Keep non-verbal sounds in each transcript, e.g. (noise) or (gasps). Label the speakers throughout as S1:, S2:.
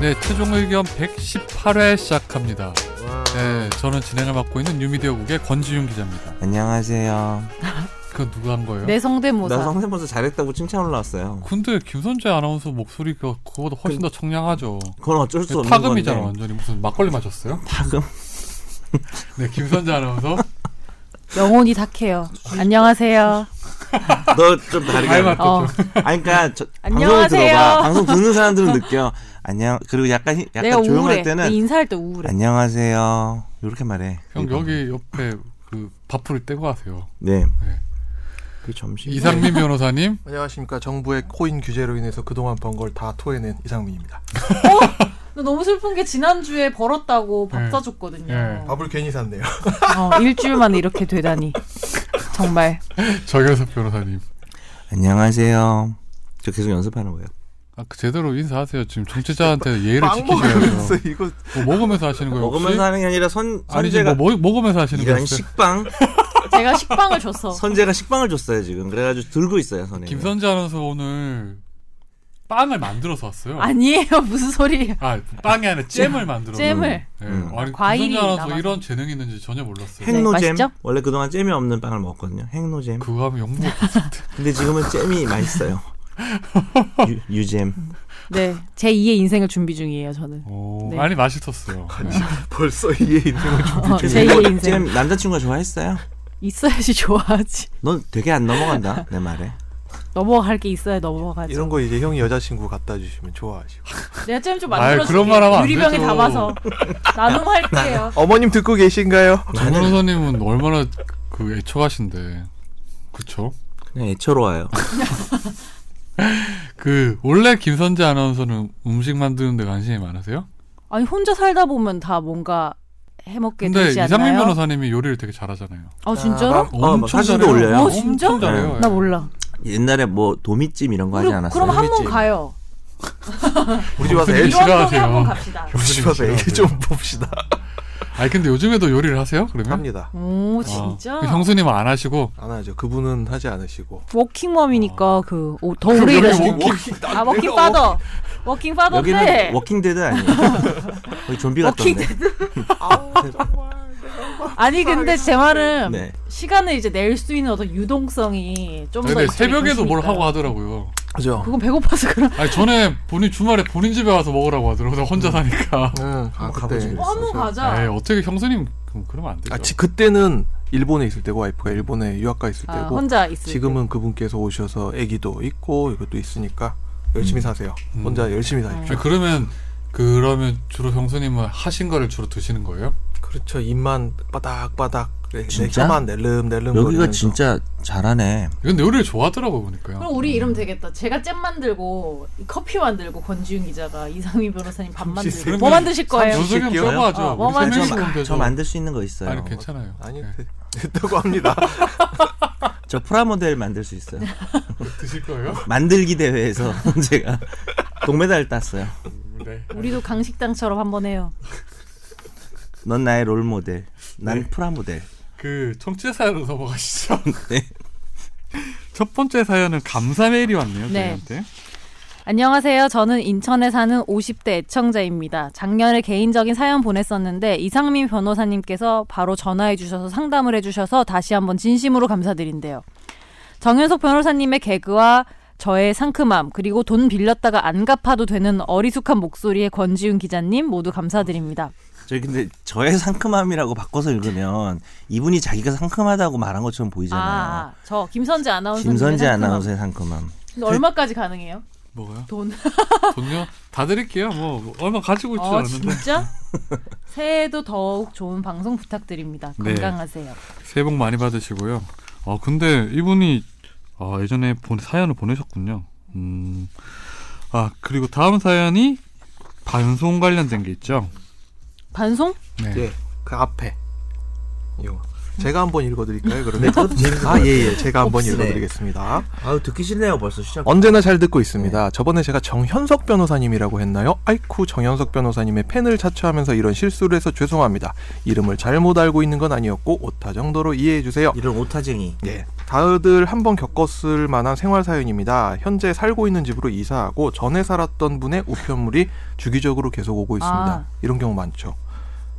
S1: 네, 최종의견 118회 시작합니다.
S2: 와.
S1: 네, 저는 진행을 맡고 있는 뉴미디어국의 권지윤 기자입니다.
S3: 안녕하세요.
S1: 그건 누가 한 거예요?
S4: 내뭐 성대모사.
S3: 나 성대모사 잘했다고 칭찬 올라왔어요.
S1: 근데 김선재 아나운서 목소리가 그거보다 훨씬 더 청량하죠.
S3: 그건 어쩔 수 없는
S1: 타금이잖아,
S3: 건데.
S1: 완전히. 무슨 막걸리 마셨어요?
S3: 타금.
S1: 네, 김선재
S3: (laughs)
S1: 아나운서.
S4: 영혼이 탁해요. 안녕하세요.
S3: 너 좀
S1: 잘
S3: 다르게. 하네.
S1: 맞다.
S4: 어,
S3: 아니 그러니까
S4: (laughs)
S3: 저, 방송을
S4: 안녕하세요.
S3: 들어봐. 방송 듣는
S4: (laughs)
S3: 사람들은 느껴. 안녕. 그리고 약간 히-
S4: 내가
S3: 약간 조용할
S4: 우울해. 내
S3: (laughs) 때는
S4: 인사할 때 우울해.
S3: 안녕하세요. 이렇게 말해. 그러니까.
S1: 형, 여기 옆에 그 밥풀을 떼고 하세요.
S3: 네.
S1: 네.
S3: 그 점심.
S1: 이상민 변호사님. (laughs)
S2: 안녕하십니까. 정부의 코인 규제로 인해서 그동안 번 걸 다 토해낸 이상민입니다.
S4: 나 너무 슬픈 게 지난주에 벌었다고 밥
S1: 네.
S4: 사줬거든요.
S1: 네.
S2: 밥을 괜히 샀네요.
S4: 어, 일주일 만에 이렇게 되다니. 정말.
S1: 정현석 변호사님.
S3: 안녕하세요. 저 계속 연습하는 거예요.
S1: 아, 그 제대로 인사하세요. 지금 정치자한테
S3: (laughs)
S1: 예의를
S2: 빵 먹으면서
S1: 지키셔야죠.
S2: 이거
S1: 뭐 먹으면서 하시는 거예요, 혹시?
S3: 먹으면서 하는 게 아니라 선
S1: 아니지, 뭐
S3: 선재가
S1: 먹, 먹으면서 하시는
S3: 이런
S1: 거예요? (laughs)
S3: 식빵.
S4: 제가 식빵을 줬어.
S3: 선재가 식빵을 줬어요 지금. 그래가지고 들고 있어요 선에.
S1: 김선재 아나운서 오늘 빵을 만들어서 왔어요.
S4: 아니에요. (laughs) 무슨 소리예요.
S1: 아, 빵이 아니라 잼을 만들어서.
S4: 잼을.
S1: 네.
S3: 음.
S1: 아니,
S4: 과일이
S1: 김선재 아나운서
S4: 남아서.
S1: 이런 재능이 있는지 전혀 몰랐어요.
S4: 행- 네,
S3: 핵노잼.
S4: 맛있죠?
S3: 원래 그동안 잼이 없는 빵을 먹었거든요. 핵노잼.
S1: 그거 하면
S4: 네.
S1: 영국 갔을 때.
S3: 근데 지금은 잼이
S2: (laughs)
S3: 맛있어요. 유, 유잼.
S4: 네. 제 2의 인생을 준비 중이에요, 저는.
S1: 오,
S4: 네.
S1: 많이 어, 맛있었어요.
S2: 벌써 이해 인생을 좀
S4: 어, 제 2의 인생.
S3: 잼 남자친구가 좋아했어요?
S4: 있어야지 좋아하지.
S3: 넌 되게 안 넘어간다 내 말에.
S4: 넘어갈 게 있어야 넘어가지.
S2: 이런 거 이제 형이 여자친구 갖다 주시면 좋아하시고.
S4: 내가 잼 좀
S1: 아이,
S4: 만들어줄게.
S1: 그런 말 하면 안
S4: 유리병에
S1: 되죠.
S4: 담아서 나눔할게요.
S2: 어머님 듣고 계신가요?
S1: 정 변호사님은 얼마나 그 애초가신데. 그쵸?
S3: 그냥 애처로워요.
S1: 그, 원래 김선재 아나운서는 음식 만드는 데 관심이 많으세요?
S4: 아니 혼자 살다 보면 다 뭔가 해먹게
S1: 근데
S4: 되지 않나요?
S1: 이상민 변호사님이 요리를 되게 잘하잖아요.
S4: 아 진짜로?
S3: 어, 막 사진도 올려요.
S4: 어, 진짜?
S1: 엄청 잘해요.
S4: 나 몰라.
S3: 옛날에 뭐 도미찜 이런 거 하지
S4: 그럼,
S3: 않았어요?
S4: 그럼 한 번
S2: 재밌지.
S4: 가요.
S2: 우리 집 와서
S1: 무슨
S2: 애
S1: 일?
S2: 좀-
S4: 이완동에
S1: 싫어하세요.
S4: 한번 갑시다.
S2: 우리 집 와서 애 좀 봅시다.
S1: 아니, 근데 요즘에도 요리를 하세요? 그러면?
S2: 음? 합니다.
S4: 오
S1: 아,
S4: 진짜?
S1: 그 형수님은 안 하시고
S2: 안 하죠. 그분은 하지 않으시고.
S4: 워킹맘이니까 그 더 오래
S1: 여기
S2: 뭐?
S4: 일하시는
S1: 아. 워킹-
S4: 아 워킹 파더. 워킹 파더인데
S3: 여기는 워킹데드 아니에요? 거기 좀비 같던데.
S4: 아니 근데 제 말은
S3: 네.
S4: 시간을 이제 낼 수 있는 어떤 유동성이 좀 더
S1: 근데 네, 새벽에도 뭘 하고 하더라고요.
S2: 그죠.
S4: 그건 배고파서 그런
S1: 아니 전에 본인 주말에 본인 집에 와서 먹으라고 하더라고 나
S4: 음.
S1: 혼자
S4: (laughs)
S1: 사니까
S2: 응. 아,
S3: 한번
S2: 그때.
S3: 가보지.
S4: 어, 한번
S1: 에이,
S4: 가자.
S1: 어떻게 형수님 그럼 그러면 안 되죠
S2: 아, 지, 그때는 일본에 있을 때고 와이프가 일본에 유학가 있을
S1: 예.
S4: 아,
S2: 때고
S4: 혼자 있을 때.
S2: 지금은 그분께서 오셔서 아기도 있고 이것도 있으니까 열심히 사세요.
S1: 음.
S2: 혼자 열심히 사십시오.
S1: 아니, 그러면 그러면 주로 형수님은 하신 거를 주로 드시는 거예요?
S2: 그렇죠. 입만 바닥바닥 내- 내
S3: 진짜?
S2: 혀만 낼름낼름
S3: 여기가
S2: 거리면서.
S3: 진짜 잘하네.
S1: 근데 요리를 좋아하더라고 보니까요
S4: 그럼 우리 이름 되겠다. 제가 잼 만들고 커피 만들고 권지윤 기자가 이상민 변호사님 밥 만들고
S2: 삼시세끼.
S4: 뭐 만드실 거예요?
S2: 삼시-
S1: 요즘
S2: 드실게요?
S1: 저거 하죠
S4: 어, 뭐
S1: 우리
S4: 만들-
S1: 삼행시
S3: 저,
S1: 보면
S3: 마-
S1: 되죠.
S3: 저 만들 수 있는 거 있어요.
S1: 아니 괜찮아요
S2: 아니
S1: 네.
S2: 네. 됐다고 합니다. (laughs)
S3: 저 프라모델 만들 수 있어요.
S1: 그 드실 거예요?
S3: 만들기 대회에서 (laughs) 제가 동메달을 땄어요.
S1: (laughs) 네.
S4: 우리도 강식당처럼 한번 해요.
S3: 넌 나의 롤 모델. 난 프라모델. (laughs)
S1: 그 청취자 사연으로 넘어가시죠
S3: 네.
S1: (laughs) 첫 번째 사연은 감사 메일이 왔네요
S4: 네.
S1: 저희한테
S4: 안녕하세요. 저는 인천에 사는 50대 애청자입니다. 작년에 개인적인 사연 보냈었는데 이상민 변호사님께서 바로 전화해 주셔서 상담을 해 주셔서 다시 한번 진심으로 감사드린대요. 정현석 변호사님의 개그와 저의 상큼함 그리고 돈 빌렸다가 안 갚아도 되는 어리숙한 목소리의 권지윤 기자님 모두 감사드립니다.
S3: 저희 근데 저의 상큼함이라고 바꿔서 읽으면 이분이 자기가 상큼하다고 말한 것처럼 보이잖아요.
S4: 아, 저 김선재 아나운서.
S3: 김선재 아나운서의 상큼함.
S4: 근데 얼마까지 가능해요?
S1: 뭐가요?
S4: 돈.
S1: 돈요? 다 드릴게요 뭐 얼마 가지고 있지
S4: 어,
S1: 않았는데
S4: 진짜? 새해에도 더욱 좋은 방송 부탁드립니다.
S1: 네.
S4: 건강하세요.
S1: 새해 복 많이 받으시고요. 어 근데 이분이 아, 예전에 보- 사연을 보내셨군요. 음. 아 그리고 다음 사연이 반송 관련된 게 있죠.
S4: 반송?
S1: 네.
S2: 예, 그 앞에 이거 제가 한번 읽어드릴까요? 그러면
S3: 네, 그것도 재밌을
S2: 아 예예, 제가 한번
S3: 없으네.
S2: 읽어드리겠습니다.
S3: 아우 듣기 싫네요 벌써 시작.
S2: 언제나 잘 듣고
S3: 네.
S2: 있습니다. 저번에 제가 정현석 변호사님이라고 했나요? 아이쿠 정현석 변호사님의 팬을 자처하면서 이런 실수를 해서 죄송합니다. 이름을 잘못 알고 있는 건 아니었고 오타 정도로 이해해 주세요.
S3: 이런 오타쟁이.
S2: 예, 다들 한번 겪었을 만한 생활 사연입니다. 현재 살고 있는 집으로 이사하고 전에 살았던 분의 우편물이 주기적으로 계속 오고 있습니다.
S4: 아.
S2: 이런 경우 많죠.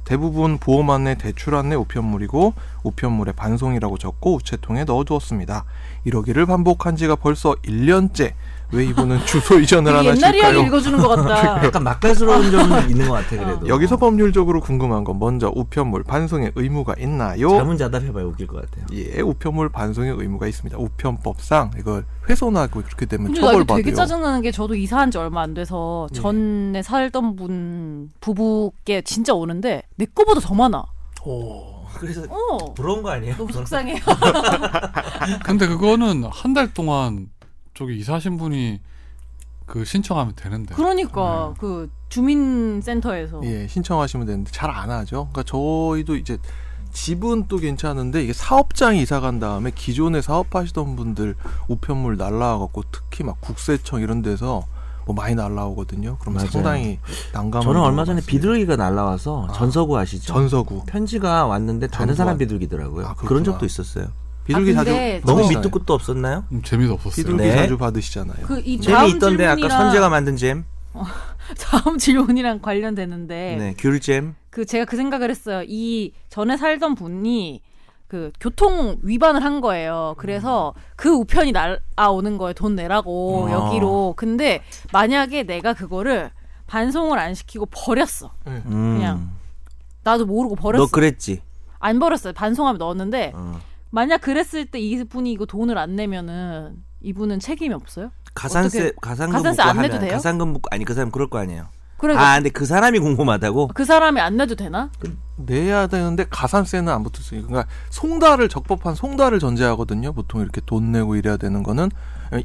S2: 대부분 보험 안내 대출 안내 우편물이고 우편물에 반송이라고 적고 우체통에 넣어두었습니다. 이러기를 반복한 지가 벌써 1년째. 왜
S4: (laughs)
S2: 이분은 주소 이전을 안
S4: 되게 옛날 이야기
S2: 하실까요?
S4: 읽어주는 어. 것
S3: (laughs)
S4: 같다.
S3: 약간 막갈스러운 점은 있는 것 같아 그래도.
S2: 여기서 법률적으로 궁금한 건 먼저 우편물 반송의 의무가 있나요?
S3: 자문자답해봐야 웃길 것 같아요.
S2: 예, 우편물 반송의 의무가 있습니다. 우편법상 이걸 훼손하고 그렇게 되면
S4: 근데 나 이거 되게
S2: 처벌받아요.
S4: 짜증나는 게 저도 이사한 지 얼마 안 돼서
S2: 예.
S4: 전에 살던 분 부부께 진짜 오는데 내 거보다 더 많아.
S2: 오.
S3: 그래서
S4: 어.
S3: 부러운 거 아니에요?
S4: 너무 속상해요.
S1: 근데 그거는 한 달 동안 저기 이사하신 분이 그 신청하면 되는데.
S4: (laughs) 그러니까 그 주민센터에서
S2: 예, 신청하시면 되는데 잘 안 하죠. 그러니까 저희도 이제 집은 또 괜찮은데 이게 사업장에 이사 간 다음에 기존에 사업하시던 분들 우편물 날라와갖고 특히 막 국세청 이런 데서 뭐 많이 날라오거든요. 그럼
S3: 맞아요.
S2: 상당히 난감한.
S3: 저는 얼마
S2: 경우가
S3: 전에
S2: 많습니다.
S3: 비둘기가 날라와서
S2: 아.
S3: 전서구 아시죠?
S2: 전서구
S3: 편지가 왔는데 다른
S2: 전서구.
S3: 사람 비둘기더라고요.
S2: 아,
S3: 그런
S2: 그렇구나.
S3: 적도 있었어요.
S2: 비둘기
S4: 아,
S2: 자주
S4: 근데 저-
S3: 너무
S2: 받으시나요?
S3: 밑도 끝도 없었나요?
S1: 음, 재미도 없었어요.
S2: 비둘기
S3: 네.
S2: 자주 받으시잖아요.
S4: 그 이
S3: 잼이
S4: 다음
S3: 있던데 아까
S4: 질문이랑
S3: 선재가 만든 잼,
S4: (laughs) 다음 질문이랑 관련되는데
S3: 네, 귤잼.
S4: 그 제가 그 생각을 했어요. 이 전에 살던 분이 그 교통 위반을 한 거예요. 그래서 그 우편이 날아오는 거예요. 돈 내라고
S3: 아.
S4: 여기로. 근데 만약에 내가 그거를 반송을 안 시키고 버렸어.
S3: 음.
S4: 그냥 나도 모르고 버렸어.
S3: 너 그랬지.
S4: 안 버렸어요. 반송하면 넣었는데
S3: 어.
S4: 만약 그랬을 때 이분이 이거 돈을 안 내면은 이분은 책임이 없어요?
S3: 가산세
S4: 어떻게-
S3: 가산금
S4: 가산세
S3: 묻고
S4: 안 내도
S3: 하면-
S4: 돼요?
S3: 가산금 묻고 아니 그 사람 그럴 거 아니에요.
S4: 그러니까
S3: 아 근데 그 사람이 궁금하다고.
S4: 그 사람이 안 내도 되나?
S2: 내야 되는데 가산세는 안 붙었으니까 그러니까 송달을 적법한 송달을 전제하거든요. 보통 이렇게 돈 내고 이래야 되는 거는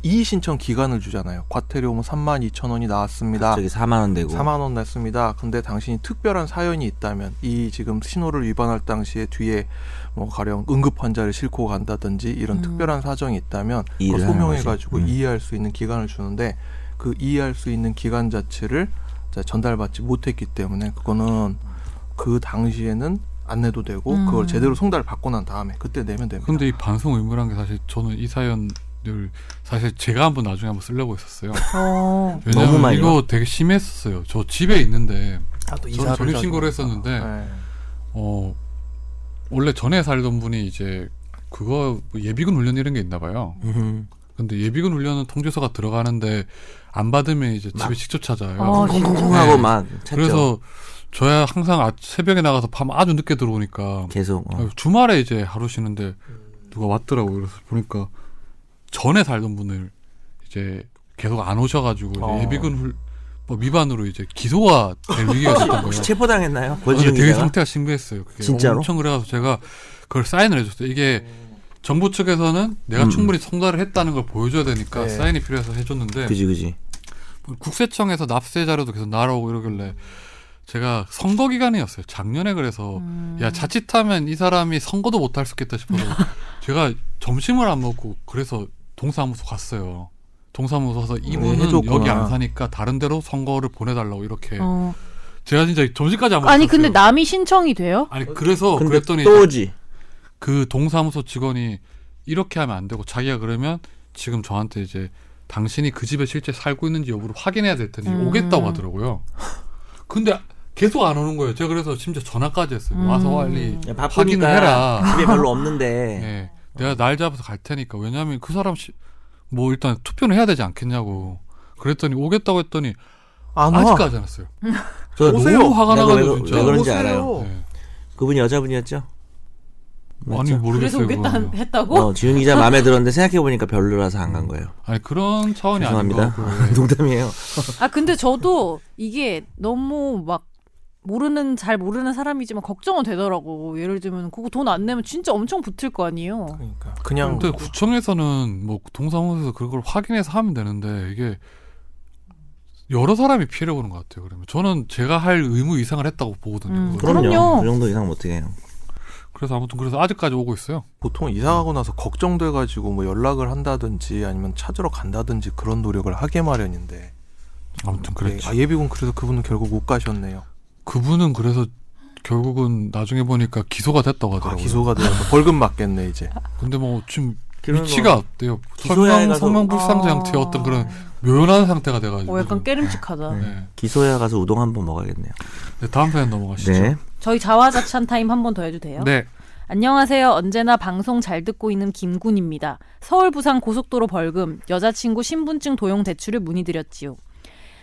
S2: 이의 신청 기간을 주잖아요. 과태료는 3만 2천 원이
S4: 아.
S2: 나왔습니다.
S3: 저기 4만 원 되고.
S2: 4만 원 났습니다. 근데 당신이 특별한 사연이 있다면 이 지금 신호를 위반할 당시에 뒤에 뭐 가령 응급 환자를 싣고 간다든지 이런
S4: 음.
S2: 특별한 사정이 있다면 그걸
S3: 이해를 하는
S2: 소명해
S3: 거지.
S2: 가지고
S3: 음.
S2: 이해할 수 있는 기간을 주는데 그 이해할 수 있는 기간 자체를 자, 전달받지 못했기 때문에 그거는 그 당시에는 안 내도 되고
S4: 음.
S2: 그걸 제대로 송달 받고 난 다음에 그때 내면 됩니다.
S1: 근데 이 반송 의무란 게 사실 저는 이 사연을 사실 제가 한번 나중에 한번 쓰려고 했었어요.
S4: 어.
S3: 너무
S1: 왜냐면
S3: 많이
S1: 이거 되게 심했었어요. 저 집에 있는데 저는 전입 신고를 했었는데
S2: 네.
S1: 어 원래 전에 살던 분이 이제 그거 뭐 예비군 훈련 이런 게 있나 봐요.
S3: 음.
S1: 근데 예비군 훈련은 통지서가 들어가는데 안 받으면 이제 집에
S3: 막- 그렇죠.
S1: 직접 찾아요.
S4: 어,
S3: 콩콩콩하고
S1: 네.
S3: 막 찾죠.
S1: 그래서 저야 항상 아, 새벽에 나가서 밤 아주 늦게 들어오니까
S3: 계속 어.
S1: 주말에 이제 하루 쉬는데 누가 왔더라고 그래서 보니까 전에 살던 분을 이제 계속 안 오셔가지고 이제
S2: 어.
S1: 예비군 훌, 뭐 위반으로 이제 기소가 될 위기가
S3: (laughs)
S1: 있었던 거예요.
S3: 혹시 체포당했나요?
S1: 아, 근데
S3: 권지웅
S1: 되게
S3: 기자가?
S1: 상태가 심각했어요. 그게
S3: 진짜로?
S1: 엄청 그래가지고 제가 그걸 사인을 해줬어요. 이게 정부 측에서는 내가
S3: 음.
S1: 충분히 성달을 했다는 걸 보여줘야 되니까
S2: 네.
S1: 사인이 필요해서 해줬는데
S3: 그지 그지.
S1: 국세청에서 납세 자료도 계속 날아오고 이러길래 제가 선거 기간이었어요. 작년에 그래서
S4: 음.
S1: 야 자칫하면 이 사람이 선거도 못 할 수 있겠다
S4: (laughs)
S1: 싶어서 제가 점심을 안 먹고 그래서 동사무소 갔어요. 동사무소 가서 이분은
S2: 해줬구나.
S1: 여기 안 사니까 다른 데로 선거를 보내달라고 이렇게
S4: 어.
S1: 제가 진짜 점심까지 안 먹었어요.
S4: 아니 근데 남이 신청이 돼요?
S1: 아니 그래서
S3: 어, 근데
S1: 어, 그랬더니
S3: 또 오지.
S1: 그 동사무소 직원이 이렇게 하면 안 되고 자기가 그러면 지금 저한테 이제 당신이 그 집에 실제 살고 있는지 여부를 확인해야 될 테니
S4: 음.
S1: 오겠다고 하더라고요. 근데 계속 안 오는 거예요. 제가 그래서 심지어 전화까지 했어요.
S4: 음.
S1: 와서 빨리
S3: 야,
S1: 확인을
S3: 바쁘니까 네.
S1: 해라.
S3: 집에 별로 없는데.
S1: 예. 내가 날 잡아서 갈 테니까 왜냐하면 그 사람 시, 뭐 일단 투표는 해야 되지 않겠냐고 그랬더니 오겠다고 했더니
S2: 안 와.
S1: 아직까지 안 왔어요.
S3: 저
S1: 오세요. 너무 화가
S3: 내가
S1: 나가지고
S3: 왜,
S1: 진짜.
S3: 왜 그런지
S2: 오세요.
S3: 알아요.
S1: 예.
S3: 그분이 여자분이었죠?
S1: 아니
S3: 어. 맞죠?
S1: 모르겠어요.
S4: 그래서 오겠다
S1: 그거는요.
S4: 했다고?
S3: 어, 지훈 기자 마음에 들었는데 생각해 보니까 별로라서 안 간 거예요.
S1: 아니 그런 차원이 아닌 것
S3: 죄송합니다.
S1: 같고
S3: (laughs) 농담이에요.
S4: 아 근데 저도 이게 너무 막 모르는 잘 모르는 사람이지만 걱정은 되더라고. 예를 들면 그거 돈 안 내면 진짜 엄청 붙을 거 아니에요.
S2: 그러니까 그냥
S1: 근데 구청에서는 뭐 동사무소에서 그걸 확인해서 하면 되는데 이게 여러 사람이 피해를 보는 것 같아요. 그러면 저는 제가 할 의무 이상을 했다고 보거든요.
S4: 음,
S1: 그걸.
S4: 그럼요.
S3: 그 정도 이상 못 해요.
S1: 그래서 아무튼 그래서 아직까지 오고 있어요.
S2: 보통 이사가고 나서 걱정돼가지고 뭐 연락을 한다든지 아니면 찾으러 간다든지 그런 노력을 하게 마련인데
S1: 네, 아무튼
S2: 예, 아, 예비군 그래서 그분은 결국 못 가셨네요.
S1: 그분은 그래서 결국은 나중에 보니까 기소가 됐다고
S2: 아,
S1: 하더라고요.
S2: (laughs)
S4: 아,
S2: 기소가 되어서 벌금 맞겠네 이제.
S1: 근데 뭐 지금
S3: 그런
S1: 위치가
S3: 거.
S1: 어때요?
S3: 기소에
S1: 설명
S3: 가서-
S1: 성명불상자한테 어떤 그런 묘연한 상태가 돼가지고.
S4: 어, 아. 약간 깨름칙하다.
S1: 네.
S3: 기소야 가서 우동 한번 먹어야겠네요.
S1: 네, 다음 사연 넘어가시죠.
S3: 네.
S4: 저희 자화자찬 타임 한 번 더 해도 돼요?
S1: 네.
S4: 안녕하세요. 언제나 방송 잘 듣고 있는 김군입니다. 서울 부산 고속도로 벌금, 여자친구 신분증 도용 대출을 문의드렸지요.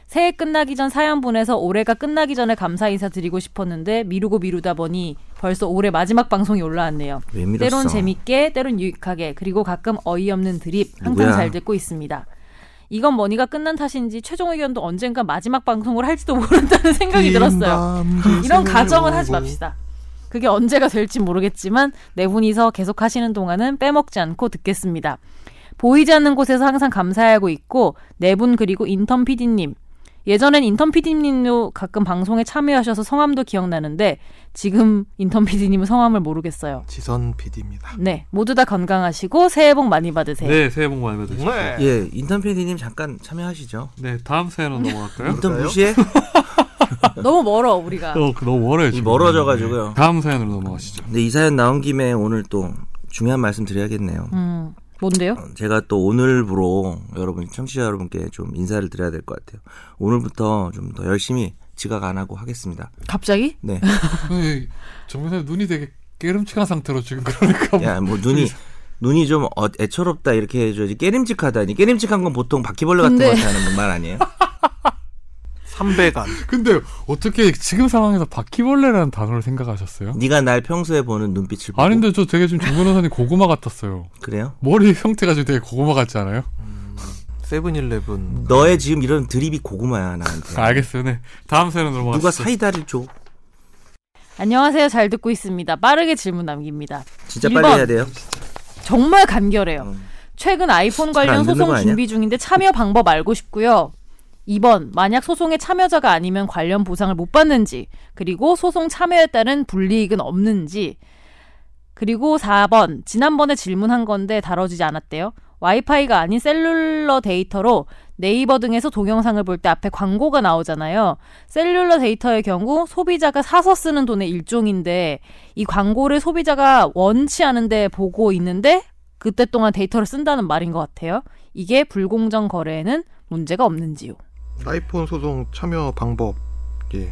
S4: 새해 끝나기 전 사연 보내서 올해가 끝나기 전에 감사 인사 드리고 싶었는데 미루고 미루다 보니 벌써 올해 마지막 방송이 올라왔네요.
S3: 왜 밀었어?
S4: 때론 재밌게, 때론 유익하게, 그리고 가끔 어이없는 드립 항상
S3: 누구야?
S4: 잘 듣고 있습니다. 이건 머니가 끝난 탓인지 최종 의견도 언젠가 마지막 방송을 할지도 모른다는 생각이 들었어요. 이런 가정은 하지 맙시다. 그게 언제가 될지 모르겠지만 네 분이서 계속 하시는 동안은 빼먹지 않고 듣겠습니다. 보이지 않는 곳에서 항상 감사하고 있고 네 분 그리고 인턴 PD님 예전엔 인턴 PD님도 가끔 방송에 참여하셔서 성함도 기억나는데 지금 인턴 PD님은 성함을 모르겠어요.
S2: 지선 PD입니다.
S4: 네 모두 다 건강하시고 새해 복 많이 받으세요.
S1: 네, 새해 복 많이 받으십시오. 네,
S3: 예, 인턴 PD님 잠깐 참여하시죠.
S1: 다음 사연으로 넘어갈까요?
S3: 인턴 무시해?
S4: 너무 멀어 우리가.
S1: 어, 그 너무 멀어요, 지금. 네.
S3: 멀어져가지고요.
S1: 다음 사연으로 넘어가시죠.
S3: 근데 네, 이 사연 나온 김에 오늘 또 중요한 말씀 드려야겠네요.
S4: 음 뭔데요?
S3: 어, 제가 또 오늘부로 여러분 청취자 여러분께 좀 인사를 드려야 될 것 같아요. 오늘부터 좀 더 열심히 지각 안 하고 하겠습니다.
S4: 갑자기?
S3: 네.
S1: 근데 아, 예. 정변사님 눈이 되게 깨름칙한 상태로 지금 그러니까.
S3: 야, 뭐
S4: (laughs)
S3: 눈이 눈이 좀 어- 애처롭다 이렇게 해줘야지 깨림직하다니 깨림직한 건 보통 바퀴벌레 같은
S4: 근데-
S3: 거한테 하는 말
S4: (laughs)
S3: 아니에요?
S2: 삼배간.
S1: 근데 어떻게 지금 상황에서 바퀴벌레라는 단어를 생각하셨어요?
S3: 네가 날 평소에 보는 눈빛을 보고
S1: 아닌데 저 되게 지금 정 변호사님 고구마 같았어요.
S3: 그래요?
S1: 머리 형태가 지금 되게 고구마 같지 않아요?
S2: 세븐일레븐.
S3: 너의 지금 이런 드립이 고구마야 나한테.
S1: 알겠어요. 네. 다음 사연으로 넘어가시죠.
S3: 누가 사이다를 줘?
S4: 안녕하세요. 잘 듣고 있습니다. 빠르게 질문 남깁니다.
S3: 진짜
S4: 일번.
S3: 빨리 해야 돼요.
S4: 정말 간결해요.
S3: 음.
S4: 최근 아이폰
S3: 잘안
S4: 관련
S3: 듣는 거
S4: 소송
S3: 아니야?
S4: 준비 중인데 참여 방법 알고 싶고요. 2번 만약 소송에 참여자가 아니면 관련 보상을 못 받는지 그리고 소송 참여에 따른 불이익은 없는지 그리고 4번 지난번에 질문한 건데 다뤄지지 않았대요. 와이파이가 아닌 셀룰러 데이터로 네이버 등에서 동영상을 볼 때 앞에 광고가 나오잖아요. 셀룰러 데이터의 경우 소비자가 사서 쓰는 돈의 일종인데 이 광고를 소비자가 원치 않은데 보고 있는데 그때 동안 데이터를 쓴다는 말인 것 같아요. 이게 불공정 거래에는 문제가 없는지요.
S2: 아이폰 소송 참여 방법. 예.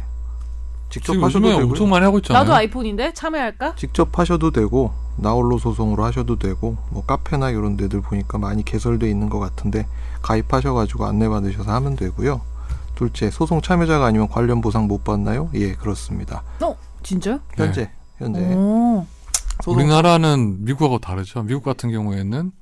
S2: 직접
S1: 지금
S2: 하셔도
S1: 요즘에
S2: 되고요.
S1: 엄청 많이 하고 있잖아요.
S4: 나도 아이폰인데 참여할까?
S2: 직접 하셔도 되고 나홀로 소송으로 하셔도 되고 뭐 카페나 이런 데들 보니까 많이 개설돼 있는 것 같은데 가입하셔가지고 안내받으셔서 하면 되고요. 둘째 소송 참여자가 아니면 관련 보상 못 받나요? 예 그렇습니다.
S4: 어, 진짜요?
S1: 네.
S2: 현재 현재
S4: 오,
S2: 소송
S1: 우리나라는 미국하고 다르죠. 미국 같은 경우에는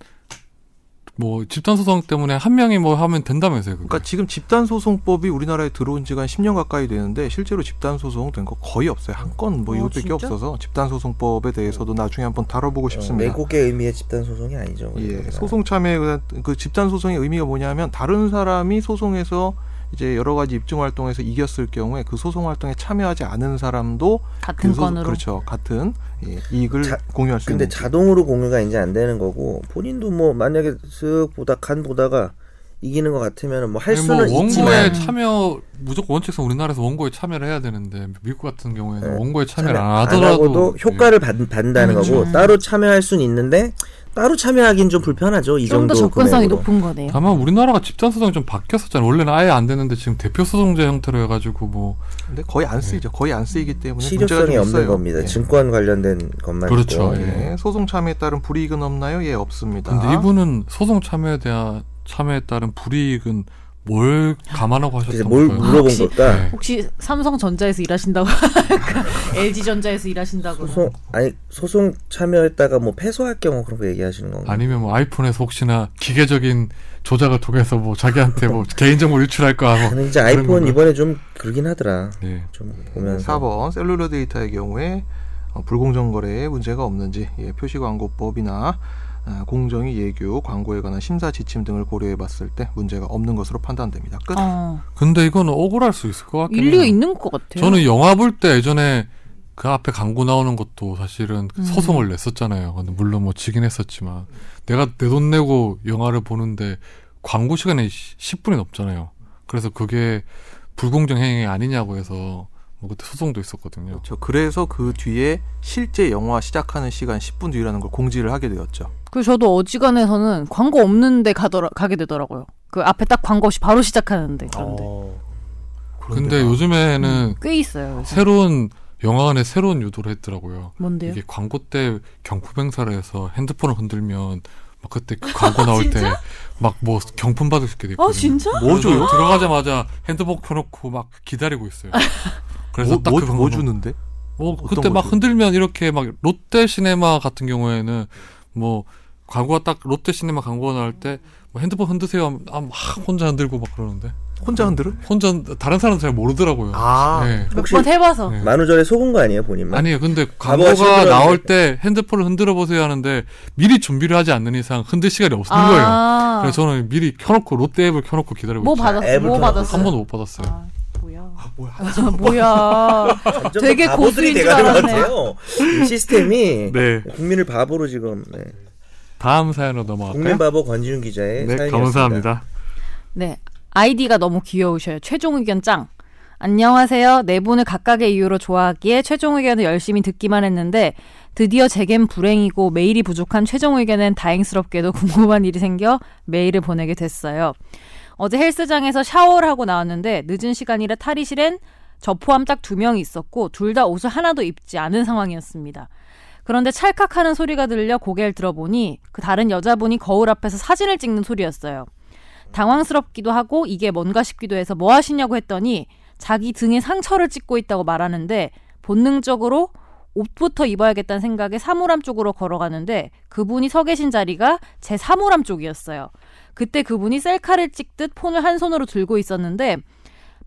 S1: 뭐 집단 소송 때문에 한 명이 뭐 하면 된다면서요. 그게.
S2: 그러니까 지금 집단 소송법이 우리나라에 들어온 지가 한 10년 가까이 되는데 실제로 집단 소송 된 거 거의 없어요. 한 건 뭐
S4: 어,
S2: 이것밖에
S4: 진짜? 어.
S2: 없어서 집단 소송법에 대해서도 나중에 한번 다뤄보고 싶습니다.
S3: 외국의 의미의 집단 소송이 아니죠.
S2: 예, 소송 참여에 의한 그 집단 소송의 의미가 뭐냐면 다른 사람이 소송에서 이제 여러 가지 입증 활동에서 이겼을 경우에 그 소송 활동에 참여하지 않은 사람도 그
S4: 같은
S2: 소송-
S4: 건으로.
S2: 그렇죠 같은 예, 이익을
S3: 자,
S2: 공유할 수
S3: 근데
S2: 있는 그
S3: 자동으로 공유가 이제 안 되는 거고 본인도 뭐 만약에 쓱 보다 간 보다가 이기는 것 같으면 뭐 할
S1: 아니, 뭐
S3: 수는 있지만
S1: 원고에 참여 무조건 원칙상 우리나라에서 원고에 참여를 해야 되는데 미국 같은 경우에는
S3: 네.
S1: 원고에 참여를
S3: 참여
S1: 안
S3: 하고도
S1: 하더라도 예.
S3: 효과를 받, 받는다는 거고
S4: 그렇죠.
S3: 따로 참여할 수는 있는데 따로 참여하긴 좀 불편하죠 이
S4: 좀 더
S3: 정도
S4: 접근성이
S3: 금액으로.
S4: 높은 거네요.
S1: 예. 다만 우리나라가 집단 소송이 좀 바뀌었었잖아요. 원래는 아예 안 되는데 지금 대표 소송제 형태로 해가지고 뭐
S2: 근데 거의 안 쓰이죠 거의 안 쓰이기 때문에
S3: 네.
S2: 문제가
S3: 실효성이
S2: 좀
S3: 없는
S2: 있어요.
S3: 겁니다
S2: 예.
S3: 증권 관련된 것만
S1: 그렇죠.
S3: 있고.
S1: 예.
S2: 예, 소송 참여에 따른 불이익은 없나요? 예 없습니다.
S3: 아.
S1: 근데 이분은 소송 참여에 대한 참여에 따른 불이익은 뭘 감안하고
S3: 그래서
S1: 하셨던
S3: 뭘
S1: 걸까요?
S3: 물어본
S4: 혹시-
S3: 걸까?
S1: 네.
S4: 혹시 삼성전자에서 일하신다고 (laughs) 할까? LG전자에서 일하신다고
S3: 소송 아니 소송 참여했다가 뭐 패소할 경우 그런 거 얘기하시는 건가?
S1: 아니면 뭐 아이폰에서 혹시나 기계적인 조작을 통해서 뭐 자기한테 뭐 (laughs) 개인정보 유출할 거 하고
S3: 근데 이제
S1: 그런
S3: 아이폰
S1: 건가?
S3: 이번에 좀 그러긴 하더라.
S1: 네.
S3: 좀 보면서
S2: 4번 셀룰러 데이터의 경우에 어, 불공정 거래에 문제가 없는지 예, 표시 광고법이나 아, 공정위 예규 광고에 관한 심사 지침 등을 고려해 봤을 때 문제가 없는 것으로 판단됩니다. 끝.
S4: 어,
S1: 근데 이건 억울할 수 있을 것 같긴
S4: 일리가
S1: 해요.
S4: 있는 것 같아요.
S1: 저는 영화 볼 때 예전에 그 앞에 광고 나오는 것도 사실은
S4: 음.
S1: 소송을 냈었잖아요. 근데 물론 뭐 지긴 했었지만 내가 내 돈 내고 영화를 보는데 광고 시간이 10분이 넘잖아요. 그래서 그게 불공정 행위 아니냐고 해서 뭐 그때 소송도 있었거든요.
S2: 그렇죠. 그래서 그 뒤에 실제 영화 시작하는 시간 10분 뒤라는 걸 공지를 하게 되었죠.
S4: 그 저도 어지간해서는 광고 없는데 가더라 가게 되더라고요. 그 앞에 딱 광고 없이 바로 시작하는데 그런데
S2: 어, 그런데
S1: 근데
S2: 나-
S1: 요즘에는
S4: 꽤 있어요. 요새.
S1: 새로운 영화관에 새로운 유도를 했더라고요.
S4: 뭔데요?
S1: 이게 광고 때 경품 행사를 해서 핸드폰을 흔들면 막 그때
S4: (laughs)
S1: 그 광고 나올 때 막 뭐 경품 받을 수 있게 돼 있거든요. 네.
S4: 아 진짜?
S1: 뭐죠? 들어가자마자 핸드폰 켜놓고 막 기다리고
S2: (laughs)
S1: 있어요. 그래서
S2: 뭐,
S1: 딱그
S2: 뭐, 뭐 주는데?
S1: 뭐
S2: 어떤
S1: 그때 막
S2: 거죠?
S1: 흔들면 이렇게 막 롯데 시네마 같은 경우에는 뭐 광고가 딱 롯데 시네마 광고가 나올 때 뭐 핸드폰 흔드세요 하면 아, 막 혼자 흔들고 막 그러는데
S2: 혼자 흔들어?
S1: 혼자 흔- 다른 사람은 잘 모르더라고요.
S2: 아, 네.
S1: 예.
S3: 혹시
S4: 몇번 해봐서
S1: 네.
S3: 만우절에 속은 거 아니에요 본인만?
S1: 아니에요. 근데
S3: 광고가
S1: 광고가
S3: 실제로
S1: 나올 때 핸드폰을 흔들어 보세요 하는데 미리 준비를 하지 않는 이상 흔들 시간이 없는 거예요.
S4: 아,
S1: 그래서 저는 미리 켜놓고 롯데 앱을 켜놓고 기다리고
S4: 뭐
S1: 있어요.
S4: 받았어?
S3: 앱을
S4: 뭐
S3: 켜놓고
S4: 받았어?
S1: 한 번도 못 받았어요.
S4: 아, 뭐야?
S2: 뭐야?
S4: 아, 뭐야?
S1: (laughs)
S3: 점점
S4: (laughs)
S3: 더
S4: 되게
S3: 바보들이
S4: 고수인 줄
S3: 돼가는 것
S4: 알았네.
S3: 같아요. 이 시스템이 (laughs)
S1: 네.
S3: 국민을 바보로 지금 네.
S1: 다음 사연으로
S3: 국민
S1: 넘어갈까요?
S3: 바보 권지윤 기자의
S1: 네,
S3: 사연이었습니다.
S1: 감사합니다.
S4: 네. 아이디가 너무 귀여우셔요. 최종 의견 짱. 안녕하세요. 네 분을 각각의 이유로 좋아하기에 최종 의견을 열심히 듣기만 했는데 드디어 제겐 불행이고 메일이 부족한 최종 의견엔 다행스럽게도 (laughs) 궁금한 일이 생겨 메일을 보내게 됐어요. 어제 헬스장에서 샤워를 하고 나왔는데 늦은 시간이라 탈의실엔 저 포함 딱 두 명이 있었고 둘 다 옷을 하나도 입지 않은 상황이었습니다. 그런데 찰칵하는 소리가 들려 고개를 들어보니 그 다른 여자분이 거울 앞에서 사진을 찍는 소리였어요. 당황스럽기도 하고 이게 뭔가 싶기도 해서 뭐 하시냐고 했더니 자기 등에 상처를 찍고 있다고 말하는데 본능적으로 옷부터 입어야겠다는 생각에 사물함 쪽으로 걸어가는데 그분이 서 계신 자리가 제 사물함 쪽이었어요. 그때 그분이 셀카를 찍듯 폰을 한 손으로 들고 있었는데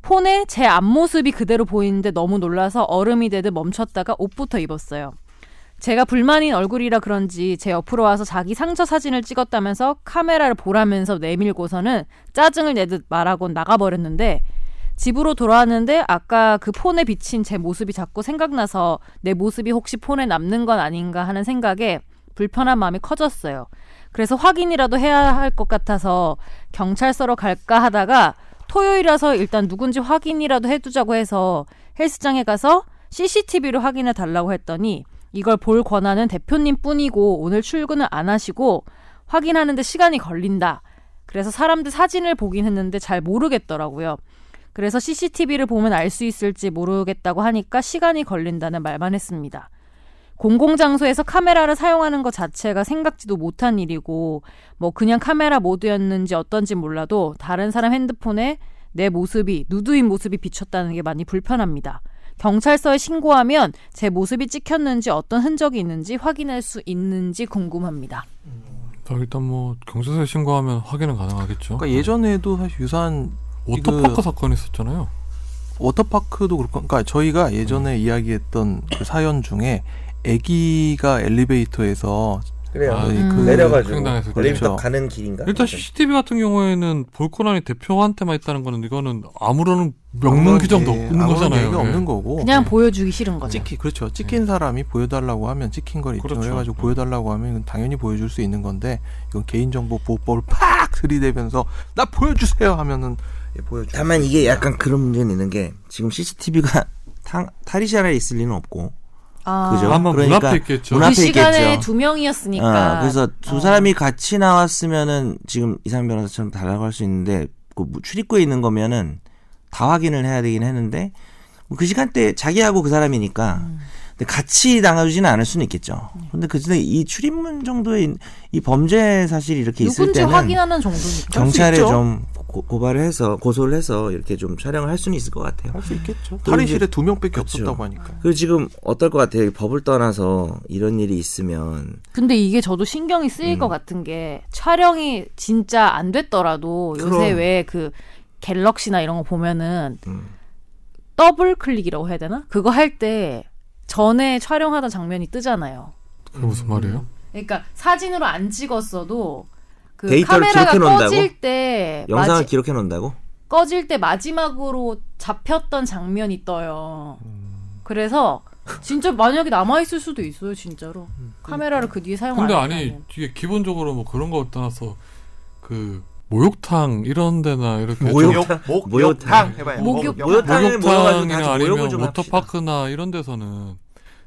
S4: 폰에 제 앞모습이 그대로 보이는데 너무 놀라서 얼음이 되듯 멈췄다가 옷부터 입었어요. 제가 불만인 얼굴이라 그런지 제 옆으로 와서 자기 상처 사진을 찍었다면서 카메라를 보라면서 내밀고서는 짜증을 내듯 말하곤 나가버렸는데 집으로 돌아왔는데 아까 그 폰에 비친 제 모습이 자꾸 생각나서 내 모습이 혹시 폰에 남는 건 아닌가 하는 생각에 불편한 마음이 커졌어요. 그래서 확인이라도 해야 할 것 같아서 경찰서로 갈까 하다가 토요일이라서 일단 누군지 확인이라도 해두자고 해서 헬스장에 가서 CCTV로 확인해 달라고 했더니 이걸 볼 권한은 대표님 뿐이고 오늘 출근을 안 하시고 확인하는데 시간이 걸린다. 그래서 사람들 사진을 보긴 했는데 잘 모르겠더라고요. 그래서 CCTV를 보면 알 수 있을지 모르겠다고 하니까 시간이 걸린다는 말만 했습니다. 공공장소에서 카메라를 사용하는 것 자체가 생각지도 못한 일이고, 뭐 그냥 카메라 모드였는지 어떤지 몰라도 다른 사람 핸드폰에 내 모습이, 누드인 모습이 비쳤다는 게 많이 불편합니다. 경찰서에 신고하면 제 모습이 찍혔는지 어떤 흔적이 있는지 확인할 수 있는지 궁금합니다.
S1: 자, 일단 뭐 경찰서에 신고하면 확인은 가능하겠죠.
S2: 그러니까 예전에도 사실 유사한
S1: 워터파크
S2: 그-
S1: 사건 있었잖아요.
S2: 워터파크도 그렇고, 그러니까 저희가 예전에 이야기했던 그 사연 중에 아기가 엘리베이터에서
S3: 그래요.
S1: 아,
S2: 저희
S4: 음.
S2: 그
S3: 내려가지고
S1: 평당에서
S3: 내리면
S2: 그렇죠.
S3: 딱 가는 길인가?
S1: 일단 CCTV 같은 경우에는 볼 권한이 대표한테만 있다는 거는 이거는 아무런 명문 규정 도
S2: 예,
S1: 없는
S2: 아무런
S1: 거잖아요.
S2: 얘기가
S1: 예.
S2: 없는 거고
S4: 그냥
S3: 네.
S4: 보여주기 싫은 거죠.
S2: 찍히 그렇죠. 찍힌 사람이 보여달라고 하면 찍힌 걸 입증을
S1: 그렇죠.
S2: 해가지고 보여달라고 하면 이건 당연히 보여줄 수 있는 건데 이건 개인정보 보호법을 팍 들이대면서 나 보여주세요 하면은 예, 보여주.
S3: 다만 이게 약간 그런 문제는 있는 게 지금 CCTV가 탈의실 안에 있을 리는 없고
S4: 아,
S3: 그죠?
S1: 아마 문
S3: 그러니까
S1: 앞에 있겠죠.
S3: 문
S4: 그
S3: 앞에
S4: 시간에
S3: 있겠죠.
S4: 두 명이었으니까.
S3: 아, 그래서 두
S4: 어.
S3: 사람이 같이 나왔으면은 지금 이상 변호사처럼 달라고 할 수 있는데 그 무- 출입구에 있는 거면은 다 확인을 해야 되긴 했는데 뭐그 시간대 자기하고 그 사람이니까
S4: 음.
S3: 근데 같이 당하지는 않을 수는 있겠죠.
S4: 네.
S3: 근데 그 전에 이 출입문 정도의 이 범죄 사실이 이렇게 있을
S4: 누군지
S3: 때는
S4: 확인하는 정도니까.
S3: 경찰에
S2: 있죠.
S3: 좀 고, 고발을 해서 고소를 해서 이렇게 좀 촬영을 할 수는 있을 것 같아요.
S2: 할 수 있겠죠.
S3: 또
S2: 탈의실에 두 명밖에
S3: 그렇죠.
S2: 없었다고 하니까.
S3: 그리고 지금 어떨 것 같아요? 법을 떠나서 이런 일이 있으면
S4: 근데 이게 저도 신경이
S3: 음.
S4: 쓰일 것 같은 게 촬영이 진짜 안 됐더라도 요새
S3: 그럼.
S4: 왜 그 갤럭시나 이런 거 보면은
S3: 음.
S4: 더블 클릭이라고 해야 되나? 그거 할 때 전에 촬영하던 장면이 뜨잖아요.
S1: 그게 무슨 말이에요?
S3: 음.
S4: 그러니까 사진으로 안 찍었어도 그
S3: 데이터를
S4: 카메라가
S3: 기록해놓는다고?
S4: 꺼질 때
S3: 영상을
S4: 마지-
S3: 기록해 놓는다고?
S4: 꺼질 때 마지막으로 잡혔던 장면이 떠요. 그래서 진짜 만약에 남아 있을 수도 있어요, 진짜로.
S3: 그러니까.
S4: 카메라를 그 뒤에 사용 안
S1: 근데
S4: 하면.
S1: 아니 이게 기본적으로 뭐 그런 거 떠나서 그 목욕탕 이런 데나 이렇게
S3: 목욕-
S1: 좀
S5: 목,
S3: 목욕탕.
S5: 목욕탕 해봐요.
S4: 목욕-
S3: 네, 목욕탕에 모여가지고
S1: 목욕탕이나
S3: 다 같이
S1: 아니면
S3: 목욕을 좀 합시다.
S1: 워터파크나 이런 데서는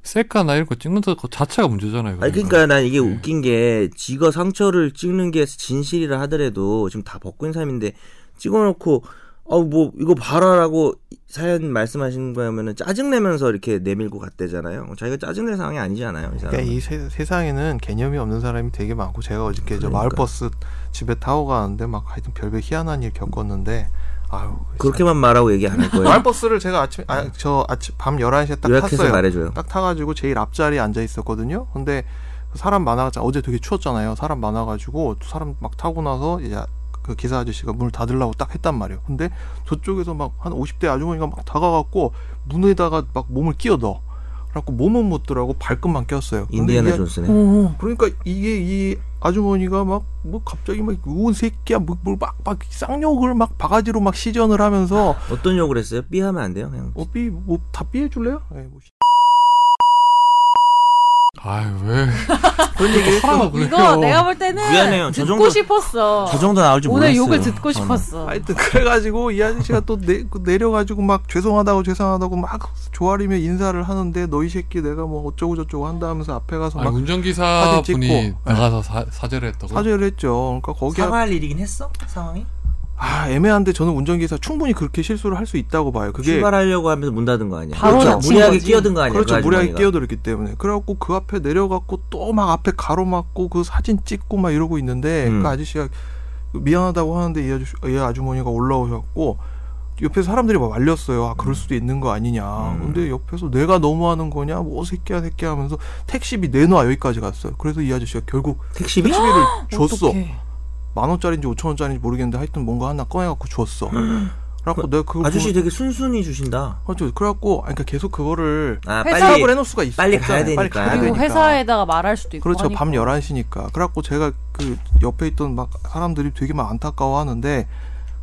S1: 셀카나 이런 거 찍는다 그 자체가 문제잖아요.
S3: 아니 그러니까 난 이게
S2: 음.
S3: 웃긴 게 지가 상처를 찍는 게 진실이라 하더라도 지금 다 벗고 있는 사람인데 찍어놓고 어 뭐 이거 봐라라고 사연 말씀하신 거면은 짜증 내면서 이렇게 내밀고 갔대잖아요. 자기가 짜증 낼 상황이 아니잖아요. 이
S2: 그러니까
S3: 사람.
S2: 이 세, 세상에는 개념이 없는 사람이 되게 많고 제가 어저께 저
S3: 그러니까.
S2: 마을버스 집에 타고 가는데 막 하여튼 별별 희한한 일 겪었는데 아유
S3: 그렇게만 말하고 얘기 안 할
S2: 진짜.
S3: 거예요.
S2: 마을버스를 제가 아침 아, 저 아침 밤 11시에 딱
S3: 요약해서
S2: 탔어요.
S3: 말해줘요.
S2: 딱 타가지고 제일 앞자리에 앉아 있었거든요. 근데 사람 많아가지고 어제 되게 추웠잖아요. 사람 많아가지고 사람 막 타고 나서 이제 그 기사 아저씨가 문을 닫으려고 딱 했단 말이에요. 근데 저쪽에서 막 한 50대 아주머니가 막 다가갔고 문에다가 막 몸을 끼워 넣어. 그래갖고 몸은 못 들어가고 발끝만 꼈어요. 근데
S3: 인디애나
S2: 이게-
S3: 존스네.
S4: 오.
S2: 그러니까 이게 이 아주머니가 막 뭐 갑자기 막 우은 새끼야 뭐막막 쌍욕을 막 바가지로 막 시전을 하면서
S3: 어떤 욕을 했어요? 삐하면 안 돼요. 그냥
S2: 어삐 뭐다 삐해 줄래요? 예, 뭐 씨.
S1: 아유 왜
S3: 그런 얘기
S1: 하라고 그래요?
S4: 이거 내가 볼 때는
S3: 미안해요. 저
S4: 듣고
S3: 정도-
S4: 싶었어.
S3: 저 정도 나올 줄
S4: 오늘
S3: 몰랐어요.
S4: 욕을 듣고
S3: 저는.
S4: 싶었어.
S2: 하여튼 그래가지고 이 아저씨가 또 내, 그 내려가지고 막 죄송하다고 죄송하다고 막 조아리며 인사를 하는데 너 이 새끼 내가 뭐 어쩌고 저쩌고 한다 하면서 앞에 가서
S1: 아니,
S2: 막
S1: 운전기사
S2: 사진 찍고.
S3: 네.
S1: 분이 나가서 사, 사죄를 했다고?
S2: 사죄를 했죠. 그러니까 거기 에
S3: 사과할 일이긴 했어 상황이.
S2: 아 애매한데 저는 운전기사 충분히 그렇게 실수를 할 수 있다고 봐요. 그게
S3: 출발하려고 하면서 문 닫은 거 아니야?
S4: 바로
S3: 그렇죠.
S4: 닫힌
S3: 무리하게
S4: 거지.
S3: 끼어든 거 아니야?
S2: 그렇죠.
S3: 그
S2: 무리하게
S3: 아주머니가.
S2: 끼어들었기 때문에. 그래갖고 그 앞에 내려갖고 또 막 앞에 가로막고 그 사진 찍고 막 이러고 있는데
S3: 음.
S2: 그 아저씨가 미안하다고 하는데 이, 아저씨, 이 아주머니가 올라오셨고 옆에 사람들이 막 말렸어요. 아 그럴 수도 있는 거 아니냐.
S3: 음.
S2: 근데 옆에서 내가 너무하는 거냐. 뭐 새끼야 새끼야 하면서 택시비 내놔 여기까지 갔어요. 그래서 이 아저씨가
S4: (gasps)
S2: 결국
S3: 택시비?
S2: 택시비를 줬어.
S4: 어떡해.
S2: 만 원짜리인지 오천 원짜리인지 모르겠는데 하여튼 뭔가 하나 꺼내갖고 줬어. 그래갖고 내가 그걸
S3: 음. 아저씨
S2: 보고-
S3: 되게 순순히 주신다.
S2: 아저씨 그래갖고 아니, 그러니까 계속 그거를
S3: 아
S4: 회사
S3: 빨리
S2: 해놓을 수가 있어.
S3: 빨리 가야
S2: 없잖아요. 빨리
S3: 되니까.
S2: 가야
S4: 그리고
S2: 되니까.
S4: 회사에다가 말할 수도 있고.
S2: 그렇죠.
S4: 하니까.
S2: 밤 11시니까. 그래갖고 제가 그 옆에 있던 막 사람들이 되게 막 안타까워 하는데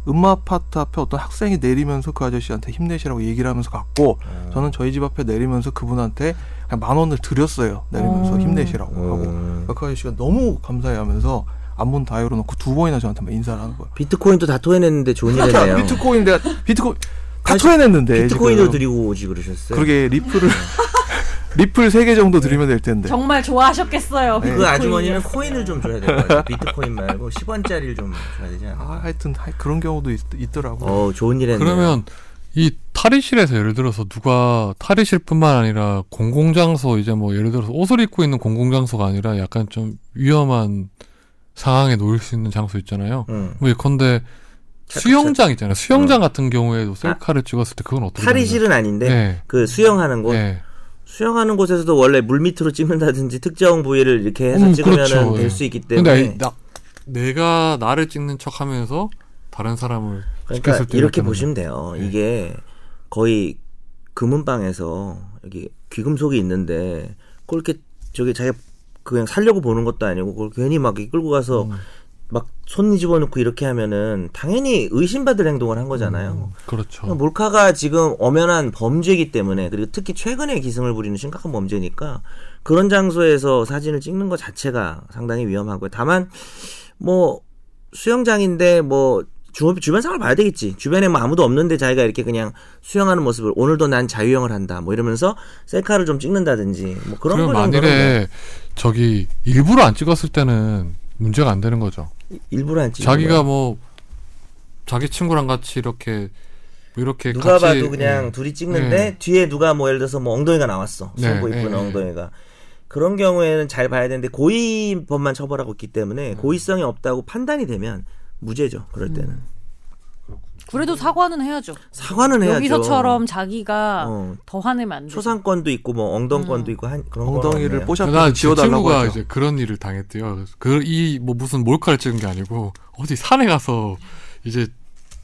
S2: 음마 아파트 앞에 어떤 학생이 내리면서 그 아저씨한테 힘내시라고 얘기를 하면서 갔고
S3: 음. 어.
S2: 저는 저희 집 앞에 내리면서 그분한테 그냥 만 원을 드렸어요. 내리면서
S4: 음.
S2: 힘내시라고 하고.
S3: 음.
S2: 그 아저씨가 너무 감사해 하면서 안본 다 열어놓고 두 번이나 저한테 막 인사를 하는 거예요.
S3: 비트코인도 다 토해냈는데 좋은 일
S2: 그러니까
S3: 했네요.
S2: 비트코인 내가 비트코인 다
S3: 다시
S2: 토해냈는데
S3: 아, 비트코인으로
S2: 지금.
S3: 드리고 오지 그러셨어요.
S2: 그러게 리플을 리플 세 개 정도 드리면 될 텐데.
S4: 정말 좋아하셨겠어요.
S2: 네.
S3: 그 아주머니는 코인을 좀 줘야 될 것 같아요. 비트코인 말고 10원짜리를 좀 줘야 되지 않나?
S2: 아, 하여튼 하- 그런 경우도 있, 있더라고요.
S3: 어 좋은 일 했네요.
S1: 그러면 이 탈의실에서 예를 들어서 누가 탈의실뿐만 아니라 공공장소 이제 뭐 예를 들어서 옷을 입고 있는 공공장소가 아니라 약간 좀 위험한 상황에 놓일 수 있는 장소 있잖아요.
S3: 응.
S1: 뭐 예컨대 수영장 있잖아요. 수영장 같은 경우에도 셀카를 찍었을 때 그건 어떻게
S3: 음. 아, 탈의실은 아닌데
S1: 네.
S3: 그 수영하는 곳
S1: 네.
S3: 수영하는 곳에서도 원래 물 밑으로 찍는다든지 특정 부위를 이렇게 해서
S1: 음,
S3: 찍으면 은
S1: 그렇죠.
S3: 될
S1: 예.
S3: 수 있기
S1: 근데
S3: 때문에
S1: 아니, 나, 내가 나를 찍는 척하면서 다른 사람을
S3: 그러니까
S1: 찍혔을 때
S3: 이렇게
S1: 이렇다는 네.
S3: 보시면 돼요. 이게 거의 금은방에서 여기 귀금속이 있는데 그걸 이렇게 저기 자기가 그냥 살려고 보는 것도 아니고 그걸 괜히 막 이렇게 끌고 가서
S1: 음.
S3: 막 손 집어넣고 이렇게 하면은 당연히 의심받을 행동을 한 거잖아요.
S1: 그렇죠.
S3: 그러니까 몰카가 지금 엄연한 범죄이기 때문에 그리고 특히 최근에 기승을 부리는 심각한 범죄니까 그런 장소에서 사진을 찍는 것 자체가 상당히 위험하고요. 다만 뭐 수영장인데 뭐 주, 주변 상황을 봐야 되겠지. 주변에 뭐 아무도 없는데 자기가 이렇게 그냥 수영하는 모습을 오늘도 난 자유형을 한다. 뭐 이러면서 셀카를 좀 찍는다든지 뭐 그런
S1: 그럼
S3: 거 정도는
S1: 만일에 저기 일부러 안 찍었을 때는 문제가 안 되는 거죠.
S3: 일부러 안 찍는
S1: 자기가
S3: 거야.
S1: 뭐 자기 친구랑 같이 이렇게 이렇게
S3: 누가
S1: 같이
S3: 봐도 그냥
S1: 예.
S3: 둘이 찍는데 뒤에 누가 뭐 예를 들어서 뭐 엉덩이가 나왔어
S1: 네,
S3: 수영복 입은
S1: 네,
S3: 엉덩이가 그런 경우에는 잘 봐야 되는데 고의범만 처벌하고 있기 때문에 고의성이 없다고 판단이 되면 무죄죠 그럴 때는
S4: 그래도 사과는 해야죠.
S3: 사과는 해야죠
S4: 여기서처럼 아. 자기가
S3: 어,
S4: 더 화내면 안 돼.
S3: 초상권도 있고 뭐
S4: 음.
S3: 엉덩권도 있고 한 그런 건
S2: 엉덩이를
S3: 없네요.
S2: 뭐
S1: 나
S2: 뽀샵해서
S1: 제 그러니까
S2: 지워달라고
S1: 아, 친구가
S2: 하죠.
S1: 이제 그런 일을 당했대요. 그 이 뭐 무슨 몰카를 찍은 게 아니고 어디 산에 가서 이제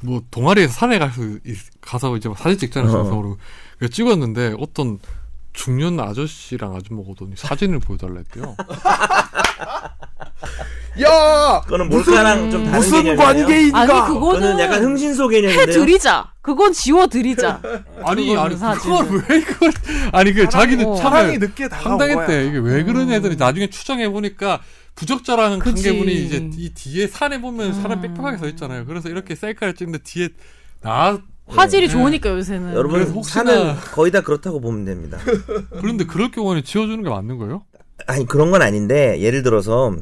S1: 뭐 동아리에서 산에 가서 이- 가서 이제 막 사진 찍잖아요.
S3: 어.
S1: 영상으로 그래서 찍었는데 어떤 중년 아저씨랑 아주머니가 오더니 사진을 보여달라 했대요.
S2: 야
S3: 그거는 몰카랑 좀 다른
S2: 무슨
S3: 개념이네요.
S2: 관계인가?
S4: 아니
S3: 그거는 약간
S4: 그거는
S3: 흥신소
S4: 해
S3: 개념인데요
S4: 드리자. 그건 지워 드리자.
S1: 아니
S4: 그거는
S1: 아니
S4: 사진을.
S1: 그걸 왜 이걸 아니 그 자기는
S4: 어.
S1: 참을
S2: 사랑이 늦게 다가온 거야.
S3: 네,
S4: 음.
S1: 황당했대. 이게 왜 그러냐 했더니 나중에 추정해 보니까 부적절한
S5: 그치.
S1: 관계분이 이제 이 뒤에 산에 보면 사람
S4: 음.
S1: 빽빽하게 서 있잖아요. 그래서 이렇게 셀카를 찍는데 뒤에 나
S4: 화질이
S1: 네.
S4: 좋으니까 요새는.
S3: 여러분
S1: 그래서 혹시나-
S3: 산은 거의 다 그렇다고 보면 됩니다.
S1: 그런데 그럴 경우에는 지워주는 게 맞는 거예요?
S3: 아니 그런 건 아닌데 예를 들어서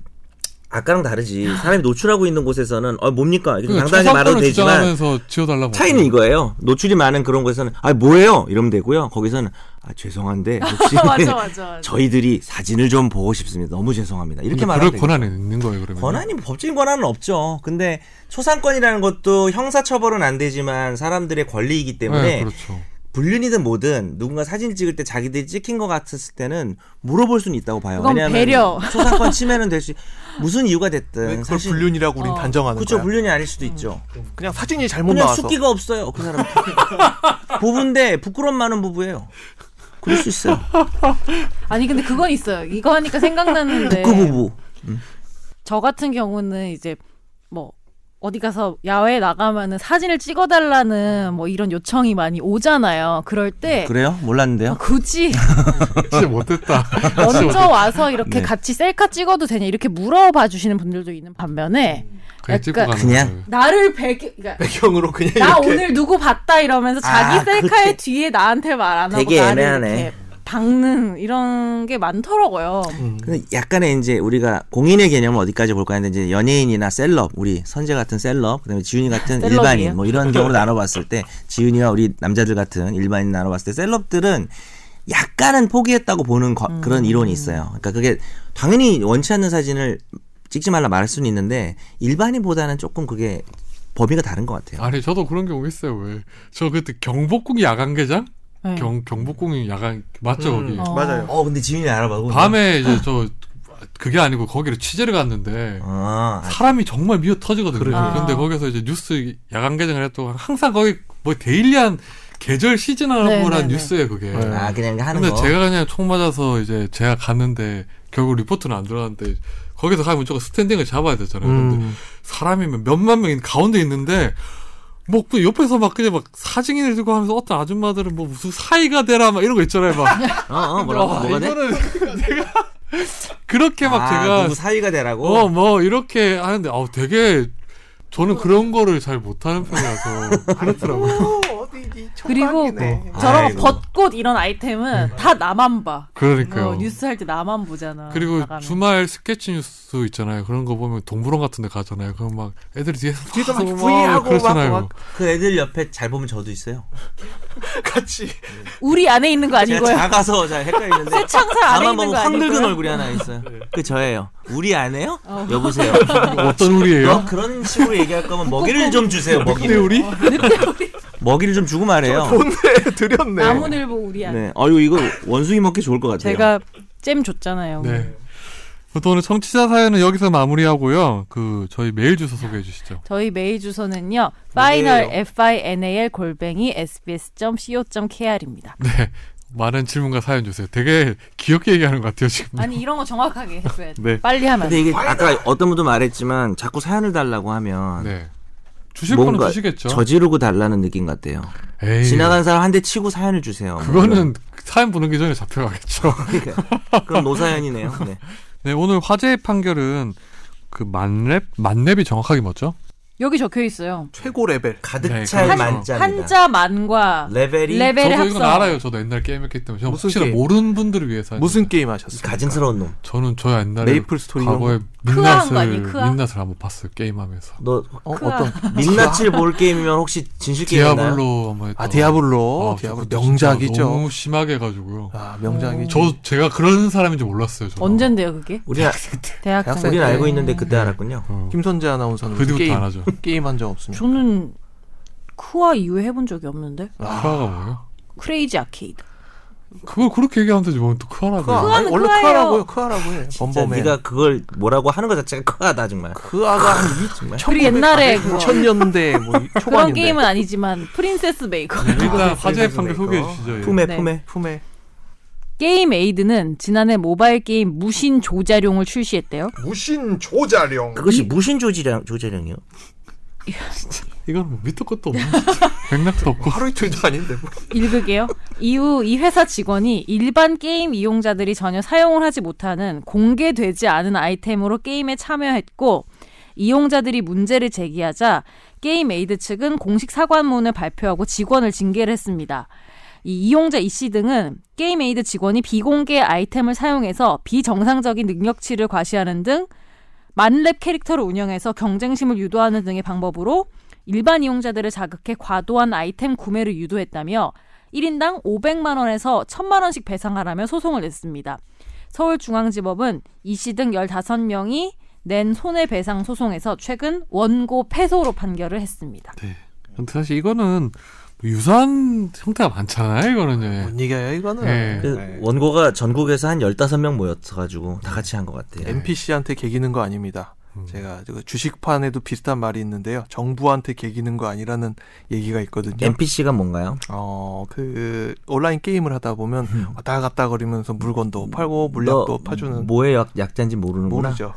S3: 아까랑 다르지 사람이 노출하고 있는 곳에서는 어 뭡니까 이렇게
S1: 그러니까
S3: 당당하게 말해도
S1: 초상권을
S3: 되지만
S1: 주장하면서 지워달라고.
S3: 차이는 이거예요. 노출이 많은 그런 곳에서는 아 뭐예요 이러면 되고요. 거기서는 아
S1: (laughs)
S3: 죄송한데 혹시
S4: (laughs) 맞아, 맞아, 맞아.
S3: 저희들이 사진을 좀 보고 싶습니다. 너무 죄송합니다. 이렇게
S1: 근데 그럴
S3: 말하면 되죠.
S1: 권한이 있는 거예요 그러면.
S3: 권한이 법적인 권한은 없죠. 근데 초상권이라는 것도 형사처벌은 안 되지만 사람들의 권리이기 때문에
S1: 네, 그렇죠. (laughs)
S3: 불륜이든 뭐든 누군가 사진 찍을 때 자기들이 찍힌 것 같았을 때는 물어볼 수는 있다고 봐요.
S4: 그건
S3: 왜냐하면
S4: 배려.
S3: (laughs) 초상권 침해는 될 수 무슨 이유가
S2: 왜
S3: 됐든
S2: 그걸
S3: 사실
S2: 불륜이라고 우린
S4: 어.
S2: 단정하는
S3: 그쵸
S2: 거야.
S3: 불륜이 아닐 수도 있죠.
S2: 그냥 사진이 잘못
S3: 그냥
S2: 나와서.
S3: 숙기가 없어요 그 사람. (laughs) 부부인데 부끄럼 많은 부부예요. 그럴 수 있어요.
S4: 아니 근데 그건 있어요. 이거 하니까 생각나는데.
S3: 그 부부.
S4: 저 같은 경우는 이제 뭐 어디 가서 야외에 나가면은 사진을 찍어달라는 뭐 이런 요청이 많이 오잖아요. 그럴 때
S3: 그래요? 몰랐는데요. (laughs)
S4: 굳이
S1: 진짜 못됐다.
S4: 먼저 와서 이렇게
S3: 네.
S4: 같이 셀카 찍어도 되냐 이렇게 물어봐 주시는 분들도 있는 반면에
S1: (laughs) 그냥 찍고
S4: 약간
S1: 가는
S3: 그냥
S1: 거예요.
S4: 나를 배기 그러니까
S2: (laughs) 배경으로 그냥
S4: 나
S2: 이렇게
S4: 오늘 누구 봤다 이러면서 자기
S3: 아,
S4: 셀카의
S3: 그렇게.
S4: 뒤에 나한테 말 안 하고
S3: 되게
S4: 나를
S3: 애매하네.
S4: 이렇게 박는 이런 게 많더라고요.
S3: 근데 약간의 이제 우리가 공인의 개념을 어디까지 볼까 했는데 이제 연예인이나 셀럽, 우리 선재 같은 셀럽, 그다음에 지윤이 같은
S4: 셀럽이에요?
S3: 일반인 뭐
S1: (laughs)
S3: 이런 경우로 나눠봤을 때 지윤이와 우리 남자들 같은 일반인 나눠봤을 때 셀럽들은 약간은 포기했다고 보는 거-
S1: 음.
S3: 그런 이론이 있어요. 그러니까 그게 당연히 원치 않는 사진을 찍지 말라 말할 수는 있는데 일반인보다는 조금 그게 범위가 다른 것
S1: (laughs)
S3: 같아요.
S1: 아니 저도 그런 경우 있어요. 왜? 저 그때 경복궁 야간개장?
S4: 네.
S1: 경 경복궁이 야간 맞죠
S2: 음,
S1: 거기.
S4: 어.
S2: 맞아요.
S3: 어 근데 지윤이 알아봐.
S1: 밤에 이제 저 그게 아니고 거기를 취재를 갔는데
S3: 아, 아,
S1: 사람이 정말 미어 터지거든요.
S2: 그래요.
S4: 아.
S1: 그런데 거기서 이제 뉴스 야간 개장을 했던 항상 거기 뭐 데일리한 계절
S4: 네,
S1: 시즌하고란
S4: 네, 네.
S1: 뉴스예요 그게.
S2: 네.
S3: 아, 그냥 하는
S1: 근데
S3: 거.
S1: 제가 그냥 총 맞아서 이제 제가 갔는데 결국 리포트는 안 들어갔는데 거기서 가면 무조건 스탠딩을 잡아야 되잖아요. 근데
S2: 음.
S1: 사람이 몇- 몇만 명이 가운데 있는데 뭐 그 옆에서 막 그냥 막 사진을 들고 하면서 어떤 아줌마들은 뭐 무슨 사이가 되라 막 이런 거 있잖아요. 막
S3: (laughs) 어, 어 뭐라고
S1: 와,
S3: 뭐가 돼?
S1: 아, 이거는 내가 (laughs) 그렇게 막
S3: 아,
S1: 제가
S3: 누구 사위가 되라고.
S1: 어, 뭐, 이렇게 하는데, 아우, 되게, 저는
S2: 어.
S1: 그런 거를 잘 못하는
S3: (laughs)
S1: 편이라서. 그렇더라고요.
S4: 그리고
S2: 네.
S4: 저런
S3: 아이고.
S4: 벚꽃 이런 아이템은 다 나만 봐.
S1: 네. 그러니까요.
S4: 어, 뉴스 할 때 나만 보잖아.
S1: 그리고
S4: 나가면.
S1: 주말 스케치 뉴스 있잖아요. 그런 거 보면 동물원 같은 데 가잖아요. 그럼 막 애들이 뒤에서 막
S2: 뒤에서 막
S1: 서로 뭐
S2: 부위하고 막
S1: 그렇잖아요.
S2: 막-
S3: 그 애들 옆에 잘 보면 저도 있어요.
S2: 같이
S4: 우리 안에 있는 거 아닌
S1: 네,
S3: 제가
S4: (laughs) 거야?
S3: 작아서 잘
S4: (laughs)
S3: 헷갈리는데
S4: 세창살 안에
S3: 가만
S4: 있는
S3: 보면
S4: 거
S3: 확
S4: 아닌
S3: 늙은
S4: 거야?
S3: 얼굴이 하나 있어요.
S1: 네.
S3: 그 저예요. 우리 아내요?
S4: 어. (laughs)
S3: 여보세요.
S1: 어떤 우리예요?
S3: 너 그런 식으로 얘기할 거면 먹이를 좀 주세요.
S1: 근데
S3: 먹이를
S4: 어,
S1: 우리?
S3: 먹이를 좀 주고 말해요.
S2: 본데 드렸네.
S4: 나무늘보 우리 안에.
S3: 네. 아유 이거 원숭이 먹기 좋을 것 같아요.
S4: 제가 잼 줬잖아요.
S1: 네. 또 오늘 청취자 사연은 여기서 마무리하고요. 그, 저희 메일 주소 소개해 주시죠.
S4: 저희 메일 주소는요.
S1: 네.
S3: 뭐예요?
S4: final f i n a l 골뱅이 s b s c o k r입니다.
S1: 네. 많은 질문과 사연 주세요. 되게 귀엽게 얘기하는 것 같아요, 지금.
S4: 아니 이런 거 정확하게 해줘야 돼.
S1: 네.
S4: 빨리 하면. 안
S3: 근데
S4: 돼.
S3: 이게 아까 어떤 분도 말했지만 자꾸 사연을 달라고 하면
S1: 네. 주실 거는
S3: 뭔가
S1: 주시겠죠?
S3: 저지르고 달라는 느낌 같아요.
S1: 에이.
S3: 지나간 사람 한 대 치고 사연을 주세요. 뭐
S1: 그거는 사연 보는 기 전에 잡혀가겠죠. (laughs)
S3: 이런. 그러니까. 그럼 노사연이네요. 네.
S1: 네, 오늘 화제의 판결은 그 만렙, 만렙이 정확하게 뭐죠?
S4: 여기 적혀 있어요.
S2: 최고 레벨.
S3: 가득
S1: 네,
S3: 찰
S1: 그렇죠.
S3: 만짜입니다.
S4: 한자 만과
S3: 레벨이
S4: 레벨의
S1: 저도
S4: 합성.
S1: 이건 알아요. 저도 옛날 게임했기 때문에. 저는
S2: 무슨
S1: 혹시나
S2: 게임?
S1: 모르는 분들을 위해서. 하는
S2: 무슨 게임 하셨어요?
S3: 가증스러운 놈.
S1: 저는 저 옛날에
S2: 메이플 스토리 이런
S1: 과거에
S4: 크아한 거
S1: 민낯을,
S4: 아니에요? 크아?
S1: 민낯을 한번 봤어요. 게임하면서.
S3: 너
S2: 어,
S4: 그
S2: 어떤
S3: 민낯을 볼 게임이면 혹시 진실 게임인가요?
S1: 디아블로 한번 했던
S2: 아 디아블로.
S1: 아,
S2: 디아블로
S1: 그거 진짜
S2: 명작이죠.
S1: 너무 심하게 해가지고요.
S2: 아 명작이죠.
S1: 저, 제가 그런 사람인지 몰랐어요. 저는.
S4: 언젠데요 그게?
S3: 우리 아,
S4: 대학생.
S2: 대학생
S3: 우리는
S2: 때.
S3: 알고 있는데
S4: 네.
S3: 그때 알았군요.
S1: 어.
S2: 김선재 아나운서는
S1: 그 뒤부터
S2: 게임
S1: 안 하죠. 음.
S2: 게임 한 적 없습니다.
S4: 저는 쿠아 이후에 해본 적이 없는데.
S1: 크아가 뭐예요?
S4: 크레이지 아케이드.
S1: 그걸 그렇게 얘기하면 되지. 뭐또 크아라고.
S2: 그 크아.
S1: 해요.
S2: 아니,
S4: 크아는
S2: 원래
S4: 크아예요.
S2: 크아라고요. 크아라고 해.
S3: 진짜
S2: 범범해. 그
S3: 네가 그걸 뭐라고 하는 것 자체가 크하다 정말.
S2: 크아가 한
S3: (laughs) 정말.
S4: 우리 옛날에 그거.
S2: 2000년대 아, 네. 뭐
S4: (laughs)
S2: 이-
S4: 그런
S2: 초반인데. 음.
S4: 게임은 아니지만 프린세스 메이커.
S1: 네, 일단 화제의
S2: 그래서
S1: 판결
S2: 그래서
S1: 소개해 주시죠. 예.
S3: 품에
S4: 네.
S3: 품에.
S2: 품에
S4: 게임 에이드는 지난해 모바일 게임 무신 조자룡을 출시했대요.
S2: 무신 조자룡.
S3: 그것이 무신 조지량 조재령이요.
S1: 이건 뭐 밑도 끝도 없는 (laughs) 맥락도 없고
S2: 하루 이틀도 아닌데 뭐.
S4: 읽을게요. 이후 이 회사 직원이 일반 게임 이용자들이 전혀 사용을 하지 못하는 공개되지 않은 아이템으로 게임에 참여했고 이용자들이 문제를 제기하자 게임 에이드 측은 공식 사과문을 발표하고 직원을 징계를 했습니다. 이 이용자 이씨 등은 게임 에이드 직원이 비공개 아이템을 사용해서 비정상적인 능력치를 과시하는 등 만렙 캐릭터를 운영해서 경쟁심을 유도하는 등의 방법으로 일반 이용자들을 자극해 과도한 아이템 구매를 유도했다며 1인당 500만 원에서 1000만 원씩 배상하라며 소송을 냈습니다. 서울중앙지법은 이씨 등 15명이 낸 손해배상 소송에서 최근 원고 패소로 판결을 했습니다.
S1: 근데 사실 이거는 뭐 유사한 형태가 많잖아요 이거는
S3: 네.
S1: 예.
S2: 뭔 얘기야 이거는.
S1: 예.
S3: 그
S2: 네.
S3: 원고가 전국에서 한 15명 모여가지고 다 같이 한 것 같아요.
S2: NPC한테 개기는 거 아닙니다.
S3: 음.
S2: 제가 그 주식판에도 비슷한 말이 있는데요. 정부한테 개기는 거 아니라는 얘기가 있거든요.
S3: NPC가 뭔가요?
S2: 어, 그 온라인 게임을 하다 보면 왔다 갔다 거리면서 물건도 팔고 물약도
S3: 음. 너
S2: 파주는
S3: 뭐의 약, 약자인지 모르는구나.
S2: 모르죠.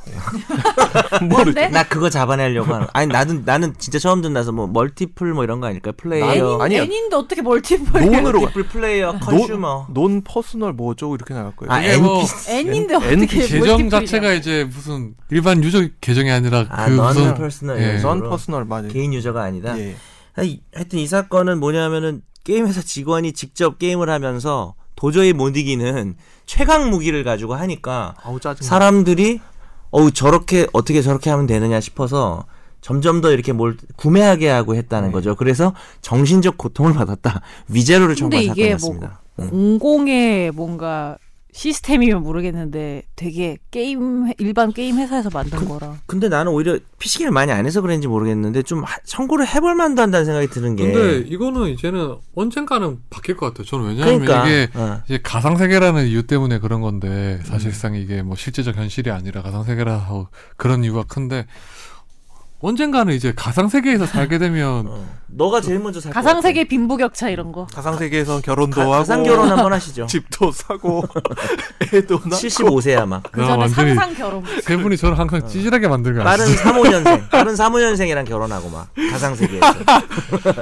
S3: (laughs)
S2: 예.
S4: 모르죠.
S3: 나 그거 잡아내려고 하는. 아니 나는 나는 진짜 처음 듣나서 뭐 멀티플 뭐 이런 거 아닐까? 플레이어.
S2: 난- 아니요.
S4: 애인데 어떻게 멀티플? (laughs)
S2: 논으로 가.
S3: 멀티플 플레이어 컨슈머.
S2: 논 퍼스널 뭐 어쩌고 이렇게 나갈 거예요.
S3: 아
S1: 이게 뭐
S3: NPC.
S4: 애인데
S2: NPC.
S4: 어떻게
S1: 계정
S4: 멀티플이야?
S1: 그 자체가 이제 무슨 일반 유저 계정이 아니라
S3: 아,
S1: 그
S3: 넌
S1: 무슨
S3: 퍼스널
S1: 예.
S3: 유저.
S2: 넌 퍼스널 맞아요.
S3: 개인 유저가 아니다.
S2: 예.
S3: 아니, 하여튼 이 사건은 뭐냐면은 게임 회사 직원이 직접 게임을 하면서 도저히 못 이기는 최강 무기를 가지고 하니까
S2: 아우 짜증. 나
S3: 사람들이 어우 저렇게 어떻게 저렇게 하면 되느냐 싶어서 점점 더 이렇게 뭘 구매하게 하고 했다는
S2: 네.
S3: 거죠. 그래서 정신적 고통을 받았다. 위자료를 청구한
S4: 근데 이게
S1: 뭐
S3: 사건이었습니다. 응.
S4: 공공의 뭔가 시스템이면 모르겠는데 되게 게임 회- 일반 게임 회사에서 만든
S1: 그
S4: 거라.
S3: 근데 나는 오히려 피싱을 많이 안 해서 그런지 모르겠는데 좀 하- 청구를 해볼 만도 한다는 생각이 드는 게
S1: 근데 이거는 이제는 언젠가는 바뀔 것 같아요. 저는 왜냐하면
S3: 그러니까
S1: 이게
S3: 어.
S1: 이제 가상 세계라는 이유 때문에 그런 건데 사실상 이게 뭐 실제적 현실이 아니라 가상 세계라서 그런 이유가 큰데 언젠가는 이제 가상 세계에서 살게 되면
S3: 어. 너가 제일 먼저 살
S4: 가상 세계 빈부격차 이런 거.
S1: 아,
S2: 가상 세계에선 결혼도 하고
S3: 가상 결혼 한번
S1: (laughs)
S3: 하시죠.
S2: (laughs) 집도 사고 애도 낳고
S3: 75세 아마.
S4: 그
S1: 나
S4: 전에
S1: 완전히 어.
S4: 상상 결혼.
S1: 세 분이 저를 항상 찌질하게 만들고
S3: 빠른
S1: 아시죠?
S3: 35년생, 빠른 35년생이랑 결혼하고 막 가상 세계에서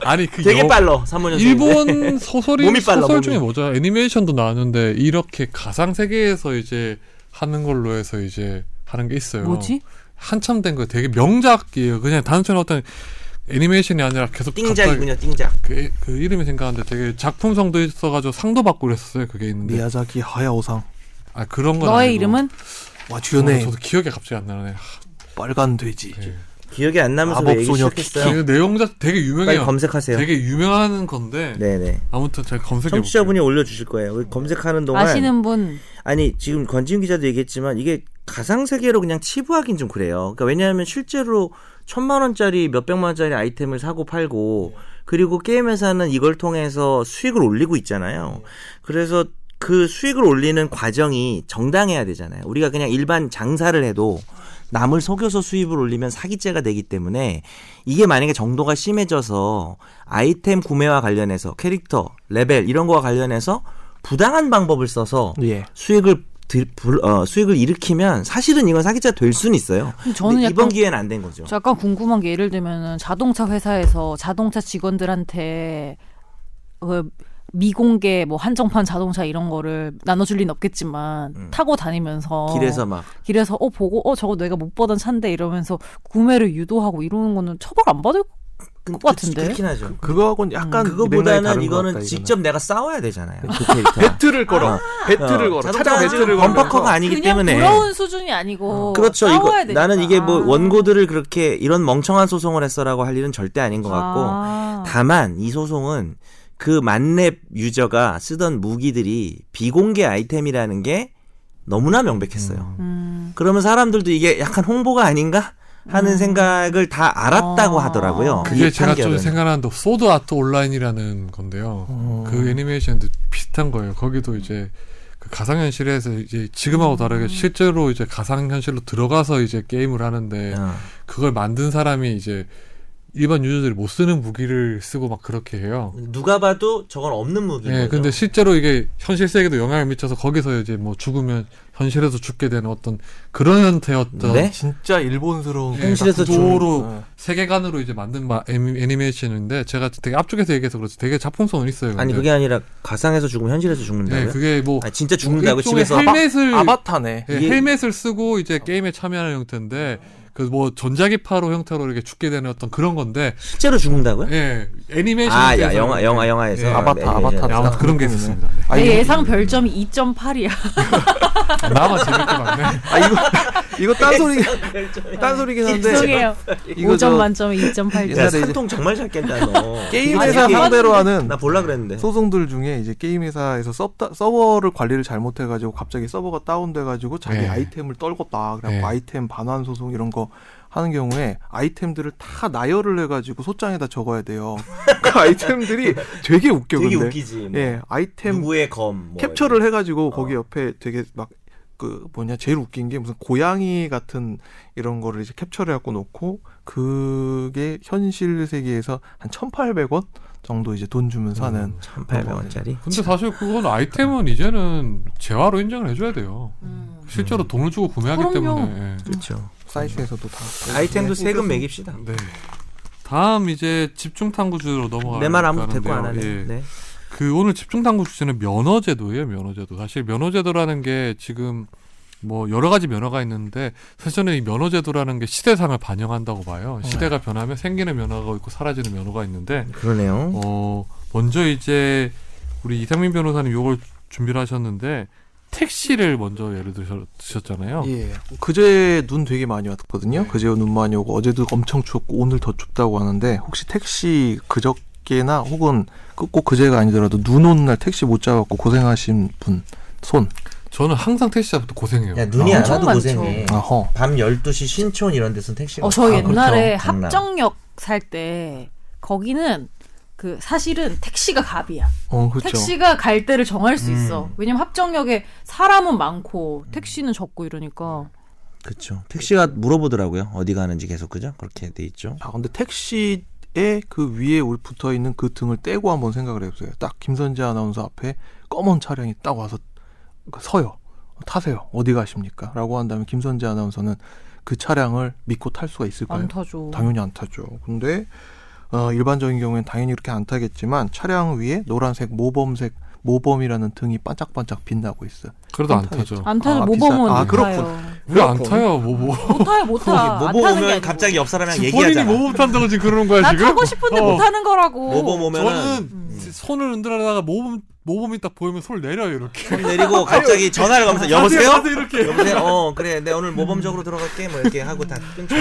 S1: 아니 그
S3: 되게
S1: 아, 영-
S3: 빨라 35년생.
S1: 일본 소설이
S3: 몸이 빨라,
S1: 소설
S3: 몸이.
S1: 중에 뭐죠? 애니메이션도 나왔는데 이렇게 가상 세계에서 이제 하는 걸로 해서 이제 하는 게 있어요.
S4: 뭐지?
S1: 한참 된 거 되게 명작이에요. 그냥 단순히 어떤 애니메이션이 아니라 계속 갑자기
S3: 띵작이군요, 띵작.
S1: 그, 그 이름이 생각하는데 되게 작품성도 있어가지고 상도 받고 그랬었어요. 그게 있는데
S2: 미야자키 하야오상
S1: 아 그런 건
S4: 너의
S1: 아니고.
S4: 이름은
S2: 와
S1: 어,
S2: 주연의
S1: 저도 기억이 갑자기 안 나네. 하,
S2: 빨간 돼지
S1: 네.
S3: 기억이 안 나면서
S2: 마법
S3: 왜 얘기
S2: 소녀
S3: 시작했어요?
S1: 그 내용자 되게
S3: 네. 빨리
S1: 유명해요.
S3: 검색하세요.
S1: 되게 유명한 건데
S3: 네네.
S1: 아무튼 제가 검색해
S3: 청취자분이 올려주실 거예요. 우리 검색하는 동안
S4: 아시는 분
S3: 아니 지금 권지윤 기자도 얘기했지만 이게 가상 세계로 그냥 치부하긴 좀 그래요. 그러니까 왜냐하면 실제로 천만 원짜리 몇 백만 원짜리 아이템을 사고 팔고 그리고 게임 회사는 이걸 통해서 수익을 올리고 있잖아요. 그래서 그 수익을 올리는 과정이 정당해야 되잖아요. 우리가 그냥 일반 장사를 해도 남을 속여서 수입을 올리면 사기죄가 되기 때문에 이게 만약에 정도가 심해져서 아이템 구매와 관련해서 캐릭터, 레벨 이런 거와 관련해서 부당한 방법을 써서
S2: 예
S3: 수익을 들- 불- 어, 수익을 일으키면 사실은 이건 사기죄 될 수는 있어요.
S4: 근데 저는
S3: 근데 이번
S4: 약간-
S3: 기회는 안 된 거죠.
S4: 저 약간 궁금한 게 예를 들면은 자동차 회사에서 자동차 직원들한테 그 미공개 뭐 한정판 자동차 이런 거를 나눠줄 리는 없겠지만 타고 다니면서
S3: 음. 길에서 막
S4: 길에서 어 보고 어 저거 내가 못 보던 차인데 이러면서 구매를 유도하고 이러는 거는 처벌 안 받을
S3: 그,
S4: 것 같은데?
S3: 그렇긴 하죠.
S2: 그거하고는 약간 맥락이
S3: 그거보다는
S2: 다른 것
S3: 이거는
S2: 같다,
S3: 직접 내가 싸워야 되잖아요. (laughs) 그 캐릭터.
S2: 배틀을 걸어 배틀을 걸어 차량 배틀을 걸어
S3: 범퍼커가 아니기
S4: 그냥
S3: 때문에
S4: 부러운 수준이 아니고
S3: 그렇죠. 이거
S4: 싸워야 되니까.
S3: 나는 이게 뭐
S4: 아.
S3: 원고들을 그렇게 이런 멍청한 소송을 했어라고 할 일은 절대 아닌 것 같고
S4: 아.
S3: 다만 이 소송은 그 만렙 유저가 쓰던 무기들이 비공개 아이템이라는 게 너무나 명백했어요.
S4: 음.
S3: 그러면 사람들도 이게 약간 홍보가 아닌가 하는 생각을 다 알았다고
S4: 아.
S3: 하더라고요.
S1: 그게
S3: 이
S1: 제가 좀
S3: 판결은.
S1: 생각하는데 소드 아트 온라인이라는 건데요.
S3: 어.
S2: 어.
S1: 그 애니메이션도 비슷한 거예요. 거기도 이제 그 가상현실에서 이제 지금하고
S4: 음.
S1: 다르게 실제로 이제 가상현실로 들어가서 이제 게임을 하는데
S3: 어.
S1: 그걸 만든 사람이 이제 일반 유저들이 못 쓰는 무기를 쓰고 막 그렇게 해요.
S3: 누가 봐도 저건 없는 무기인
S1: 예,
S2: 네,
S3: 거죠.
S1: 근데 실제로 이게 현실 세계도 영향을 미쳐서 거기서 이제 뭐 죽으면 현실에서 죽게 되는 어떤 그런 형태였던
S3: 네?
S2: 진짜 일본스러운
S1: 예,
S3: 현실에서 어.
S1: 구도로
S2: 좀- 예.
S1: 세계관으로 이제 만든 마, 애니, 애니메이션인데 제가 되게 앞쪽에서 얘기해서 그렇지 되게 작품성은 있어요.
S3: 아니
S1: 근데.
S3: 그게 아니라 가상에서 죽으면 현실에서 죽는다고요?
S1: 예,
S2: 네,
S1: 그게 뭐
S3: 아니, 진짜 죽는다고
S1: 일종의
S3: 집에서
S2: 그
S1: 헬멧을
S2: 아바타네.
S1: 예,
S3: 이게-
S1: 헬멧을 쓰고 이제 게임에 참여하는 형태인데 그 뭐 전자기파로 형태로 이렇게 죽게 되는 어떤 그런 건데
S3: 실제로 죽는다고요?
S1: 예
S2: 네,
S1: 애니메이션
S3: 아, 야,
S1: 쪽에서
S3: 영화, 영화, 영화에서. 네,
S1: 예,
S2: 아바타,
S3: 애니메이션.
S2: 아바타.
S1: 예, 아무튼 그런 게 있었습니다. 네.
S2: 아,
S4: 내
S2: 이거-
S4: 예상 별점이 2.8이야.
S1: 나만 재밌게 봤네.
S2: 아 이거 (laughs) 이거 딴 소리 딴 소리긴 한데
S4: 죄송해요.
S2: 이거
S4: 5점
S2: 저
S4: 만점에 2.8점.
S3: 야,
S2: 옛날에 이제-
S3: 산통 정말 잘 깬다, 너.
S2: (laughs) 게임
S3: 아,
S2: 회사
S3: 이게-
S2: 상대로 하는
S3: 나 볼라 그랬는데.
S2: 소송들 중에 이제 게임 회사에서 서버, 서버를 관리를 잘못해가지고 갑자기 서버가 다운돼가지고 자기
S1: 네.
S2: 아이템을 떨궜다. 그래갖고
S1: 네.
S2: 아이템 반환 소송 이런 거 하는 경우에 아이템들을 다 나열을 해가지고 소장에다
S3: (laughs)
S2: 적어야 돼요. 그 아이템들이 되게 웃겨
S3: 되게
S2: 근데.
S3: 웃기지. 뭐.
S2: 예, 아이템
S3: 누구의 검. 뭐
S2: 캡처를 해가지고
S3: 어.
S2: 거기 옆에 되게 막 그 뭐냐 제일 웃긴 게 무슨 고양이 같은 이런 거를 이제 캡처를 해갖고 놓고 그게 현실 세계에서 한 1,800원 정도 이제 돈 주면서
S3: 음.
S2: 하는
S3: 1,800원짜리.
S1: 근데 사실 그건 아이템은 이제는 재화로 인정을 해줘야 돼요.
S4: 음.
S1: 실제로 돈을 주고 구매하기
S4: 그럼요.
S1: 때문에. 예.
S3: 그렇죠.
S2: 사이트에서도 다
S3: 아이템도 세금 매깁시다.
S1: 네. 다음 이제 집중 탐구 주제로
S2: 뭐
S1: 넘어가요.
S3: 내 말 아무도 대꾸 안 하네.
S2: 예.
S3: 네.
S1: 그 오늘 집중 탐구 주제는 면허제도예요. 면허제도. 사실 면허제도라는 게 지금 뭐 여러 가지 면허가 있는데 사실 저는 이 면허제도라는 게 시대상을 반영한다고 봐요. 시대가 변하면 생기는 면허가 있고 사라지는 면허가 있는데
S3: 그러네요.
S1: 어 먼저 이제 우리 이상민 변호사님 요걸 준비를 하셨는데 택시를 먼저 예를 드셨잖아요.
S2: 예. 그제 눈 되게 많이 왔거든요. 그제 눈 많이 오고 어제도 엄청 추웠고 오늘 더 춥다고 하는데 혹시 택시 그저께나 혹은 그- 꼭 그제가 아니더라도 눈 오는 날 택시 못 잡았고 고생하신 분 손.
S1: 저는 항상 택시 잡을 때 고생해요.
S3: 야, 눈이 안
S4: 어, 엄청
S3: 와도
S4: 많죠.
S3: 고생해.
S2: 아허.
S3: 밤 12시 신촌 이런 데서 택시가.
S4: 어, 저
S3: 다
S4: 옛날에
S3: 그렇죠. 장난.
S4: 합정역 살 때 거기는 그 사실은 택시가 갑이야.
S2: 어, 그렇죠.
S4: 택시가 갈 때를 정할 수
S3: 음.
S4: 있어. 왜냐면 합정역에 사람은 많고 택시는 적고 이러니까.
S3: 그렇죠. 택시가 물어보더라고요. 어디 가는지 계속 그죠? 그렇게 돼 있죠.
S2: 아, 근데 택시에 그 위에 올- 붙어 있는 그 등을 떼고 한번 생각을 해보세요. 딱 김선재 아나운서 앞에 검은 차량이 딱 와서 그 서요. 타세요. 어디 가십니까? 라고 한다면 김선재 아나운서는 그 차량을 믿고 탈 수가 있을까요?
S4: 안 타죠.
S2: 당연히 안 타죠. 근데 어, 일반적인 경우엔 당연히 그렇게 안 타겠지만 차량 위에 노란색 모범색 모범이라는 등이 반짝반짝 빛나고 있어.
S1: 그래도 안
S2: 안
S1: 타죠.
S4: 안 타는
S2: 아,
S4: 모범은
S2: 비싸- 아,
S4: 안 타요.
S1: 왜 안 타요? 뭐 뭐.
S4: 못 타요, 못 타. 아, 안
S3: 모보
S4: 타는 게
S3: 뭐 오면
S4: 아니고.
S3: 갑자기 옆 사람이랑
S1: 지금 본인이
S3: 얘기하잖아.
S1: 모범 탄다고 지금 그러는 거야
S4: 나
S1: (laughs) 지금?
S4: 타고 싶은데
S1: 어.
S4: 못 타는 거라고.
S3: 모범 뭐 오면 음.
S1: 저는
S3: 은
S1: 손을 흔들다가 모범 모범이 딱 보이면 손을 내려요 이렇게.
S3: 손 내리고 갑자기 전화를 가면서 여보세요?
S1: 하세요, 하세요, 이렇게.
S3: 여보세요? 어 그래 내 오늘 모범적으로 들어갈게 뭐 이렇게 하고 다 끊죠.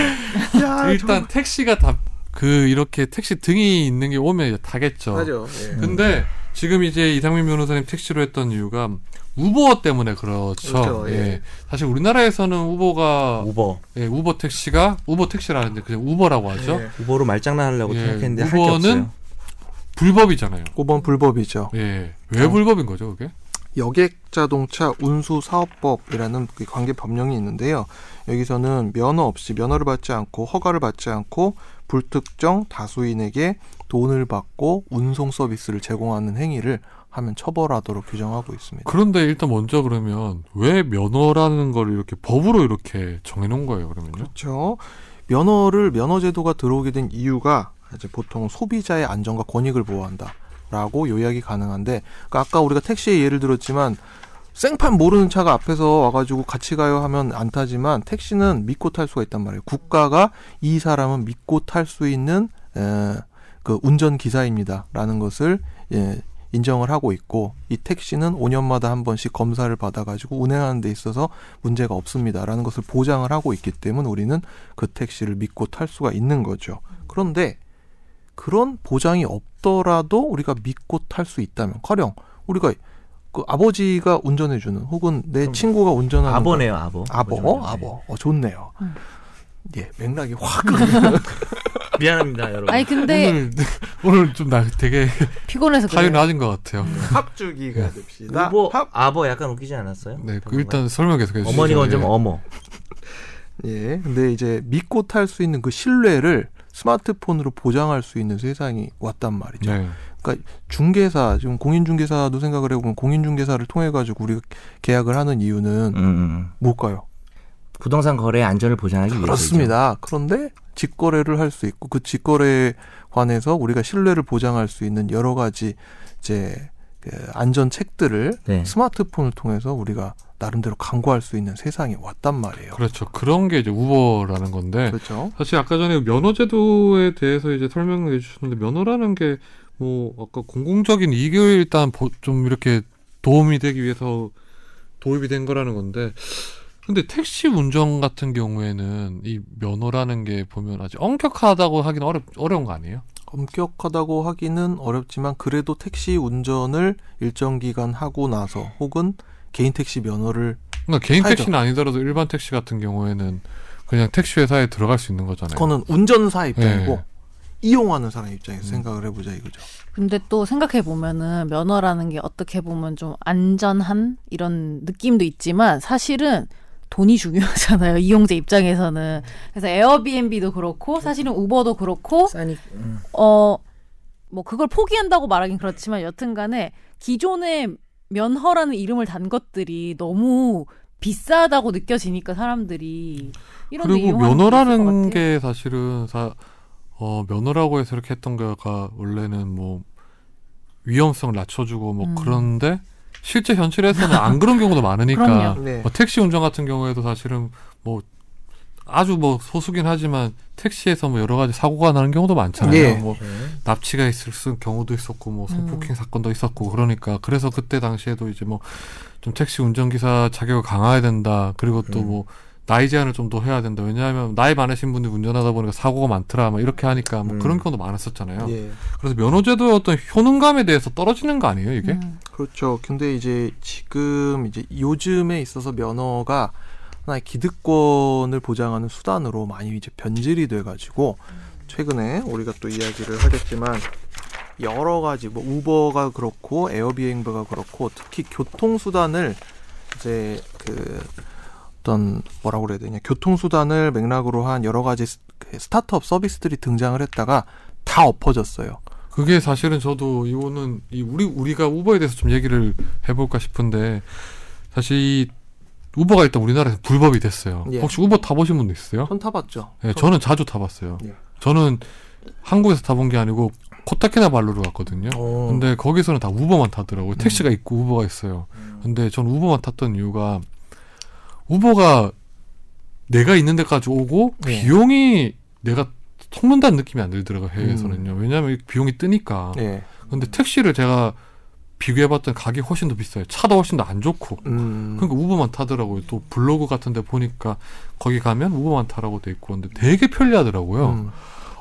S3: 아,
S1: 일단 택시가 다 그 이렇게 택시 등이 있는 게 오면 이제 타겠죠.
S2: 하죠. 예.
S3: 음.
S1: 근데 지금 이제 이상민 변호사님 택시로 했던 이유가 우버 때문에 그렇죠.
S2: 그렇죠,
S1: 예.
S2: 예.
S1: 사실 우리나라에서는 우버가
S3: 우버
S1: 예, 우버 택시가 우버 택시라는데 그냥 우버라고 하죠.
S2: 예.
S3: 우버로 말장난하려고
S1: 예,
S3: 생각했는데 할 게
S1: 우버는
S3: 없어요.
S1: 불법이잖아요.
S2: 그건 불법이죠.
S1: 예. 왜
S3: 어.
S1: 불법인 거죠, 그게?
S2: 여객자동차 운수사업법이라는 그 관계 법령이 있는데요. 여기서는 면허 없이 면허를 받지 않고 허가를 받지 않고 불특정 다수인에게 돈을 받고 운송 서비스를 제공하는 행위를 하면 처벌하도록 규정하고 있습니다.
S1: 그런데 일단 먼저 그러면 왜 면허라는 걸 이렇게 법으로 이렇게 정해 놓은 거예요, 그러면요?
S2: 그렇죠. 면허를 면허 제도가 들어오게 된 이유가 이제 보통 소비자의 안전과 권익을 보호한다. 라고 요약이 가능한데 그러니까 아까 우리가 택시의 예를 들었지만 생판 모르는 차가 앞에서 와가지고 같이 가요 하면 안 타지만 택시는 믿고 탈 수가 있단 말이에요. 국가가 이 사람은 믿고 탈 수 있는 에, 그 운전 기사입니다라는 것을 예, 인정을 하고 있고 이 택시는 5년마다 한 번씩 검사를 받아가지고 운행하는 데 있어서 문제가 없습니다라는 것을 보장을 하고 있기 때문에 우리는 그 택시를 믿고 탈 수가 있는 거죠. 그런데 그런 보장이 없더라도 우리가 믿고 탈 수 있다면 커녕 우리가 그 아버지가 운전해 주는 혹은 내
S3: 그럼
S2: 친구가 운전하는
S3: 아버네요 아버.
S2: 거. 아버
S3: 뭐죠?
S2: 어, 아버 어 좋네요.
S4: 음.
S2: 예 맥락이 확
S3: 네. 미안합니다 여러분.
S4: 아니 근데
S1: 오늘 (laughs) 오늘 좀 나 되게
S4: 피곤해서
S1: 타이
S4: 그래.
S1: 낮은 것 같아요.
S3: 음.
S2: 합주기가 됩시다.
S3: 우버
S2: 합.
S3: 아버 약간 웃기지 않았어요?
S1: 네, 그
S3: 뭔가.
S1: 일단 설명 계속해 주시죠.
S3: 어머니가 뭐-
S1: 예.
S3: 완전 어머.
S2: 예. 근데 이제 믿고 탈 수 있는 그 신뢰를 스마트폰으로 보장할 수 있는 세상이 왔단 말이죠.
S1: 네.
S2: 중개사 지금 공인중개사도 생각을 해보면 공인중개사를 통해 가지고 우리가 계약을 하는 이유는
S3: 음,
S2: 뭘까요?
S3: 부동산 거래의 안전을 보장하기 위해서.
S2: 음, 그렇습니다. 그런데 직거래를 할 수 있고 그 직거래에 관해서 우리가 신뢰를 보장할 수 있는 여러 가지 이제 그 안전 책들을
S3: 네.
S2: 스마트폰을 통해서 우리가 나름대로 강구할 수 있는 세상이 왔단 말이에요.
S1: 그렇죠. 그런 게 이제 우버라는 건데
S2: 그렇죠.
S1: 사실 아까 전에 면허 제도에 대해서 이제 설명을 해주셨는데 면허라는 게 뭐 아까 공공적인 이익을 일단 보- 좀 이렇게 도움이 되기 위해서 도입이 된 거라는 건데 근데 택시 운전 같은 경우에는 이 면허라는 게 보면 아직 엄격하다고 하긴 어렵 어려운 거 아니에요?
S2: 엄격하다고 하기는 어렵지만 그래도 택시 운전을 일정 기간 하고 나서 혹은 개인 택시 면허를
S1: 그러니까 개인
S2: 하죠.
S1: 택시는 아니더라도 일반 택시 같은 경우에는 그냥 택시 회사에 들어갈 수 있는 거잖아요.
S2: 그거는 운전사 입장이고
S1: 네.
S2: 이용하는 사람 입장에서
S1: 음.
S2: 생각을 해보자 이거죠.
S4: 근데 또 생각해 보면은 면허라는 게 어떻게 보면 좀 안전한 이런 느낌도 있지만 사실은 돈이 중요하잖아요. (laughs) 이용자 입장에서는. 그래서 에어비앤비도
S1: 그렇죠.
S4: 그렇고 사실은 우버도 그렇고
S3: 싸니. 음.
S4: 어, 뭐 그걸 포기한다고 말하긴 그렇지만 여튼간에 기존의 면허라는 이름을 단 것들이 너무 비싸다고 느껴지니까 사람들이 이런 데
S1: 그리고
S4: 이용하는 게 있을
S1: 면허라는
S4: 것 같아요.
S1: 게 사실은 사, 어, 면허라고 해서 이렇게 했던 거가 원래는 뭐 위험성을 낮춰주고 뭐
S4: 음.
S1: 그런데 실제 현실에서는 안 그런 경우도 많으니까
S4: 그럼요.
S2: 네.
S1: 뭐 택시 운전 같은 경우에도 사실은 뭐 아주 뭐 소수긴 하지만 택시에서 뭐 여러 가지 사고가 나는 경우도 많잖아요.
S2: 예.
S1: 뭐 납치가 있을 수 있는 경우도 있었고 뭐 성폭행 사건도 있었고 그러니까 그래서 그때 당시에도 이제 뭐 좀 택시 운전기사 자격을 강화해야 된다 그리고
S2: 음.
S1: 또 뭐 나이 제한을 좀 더 해야 된다 왜냐하면 나이 많으신 분들이 운전하다 보니까 사고가 많더라 막 이렇게 하니까 뭐
S3: 음.
S1: 그런 경우도 많았었잖아요
S2: 예.
S1: 그래서 면허제도의 어떤 효능감에 대해서 떨어지는 거 아니에요 이게
S4: 음.
S2: 그렇죠. 근데 이제 지금 이제 요즘에 있어서 면허가 하나의 기득권을 보장하는 수단으로 많이 이제 변질이 돼가지고 최근에 우리가 또 이야기를 하겠지만 여러 가지 뭐 우버가 그렇고 에어비앤비가 그렇고 특히 교통수단을 이제 그 어떤 뭐라고 그래야 되냐 교통수단을 맥락으로 한 여러 가지 스- 그 스타트업 서비스들이 등장을 했다가 다 엎어졌어요.
S1: 그게 사실은 저도 이거는 이 우리 우리가 우버에 대해서 좀 얘기를 해볼까 싶은데 사실 이 우버가 일단 우리나라에서 불법이 됐어요
S2: 예.
S1: 혹시 우버 타보신 분도 있어요?
S2: 손 타봤죠?
S1: 예, 저는 자주 타봤어요.
S2: 예.
S1: 저는 한국에서 타본 게 아니고 코타키나발루로 갔거든요.
S2: 어. 음.
S1: 근데 거기서는 다 우버만 타더라고요. 택시가 있고 우버가 있어요. 근데 전 우버만 탔던 이유가 우버가 내가 있는 데까지 오고
S2: 네.
S1: 비용이 내가 섞는다는 느낌이 안
S2: 음.
S1: 들더라고요. 해외에서는요. 왜냐하면 이 비용이 뜨니까.
S2: 예.
S1: 근데 택시를 제가 비교해봤더니 가격이 훨씬 더 비싸요. 차도 훨씬 더 안 좋고.
S2: 음.
S1: 그러니까 우버만 타더라고요. 또 블로그 같은 데 보니까 거기 가면 우버만 타라고 돼 있고 근데 되게 편리하더라고요.
S2: 음.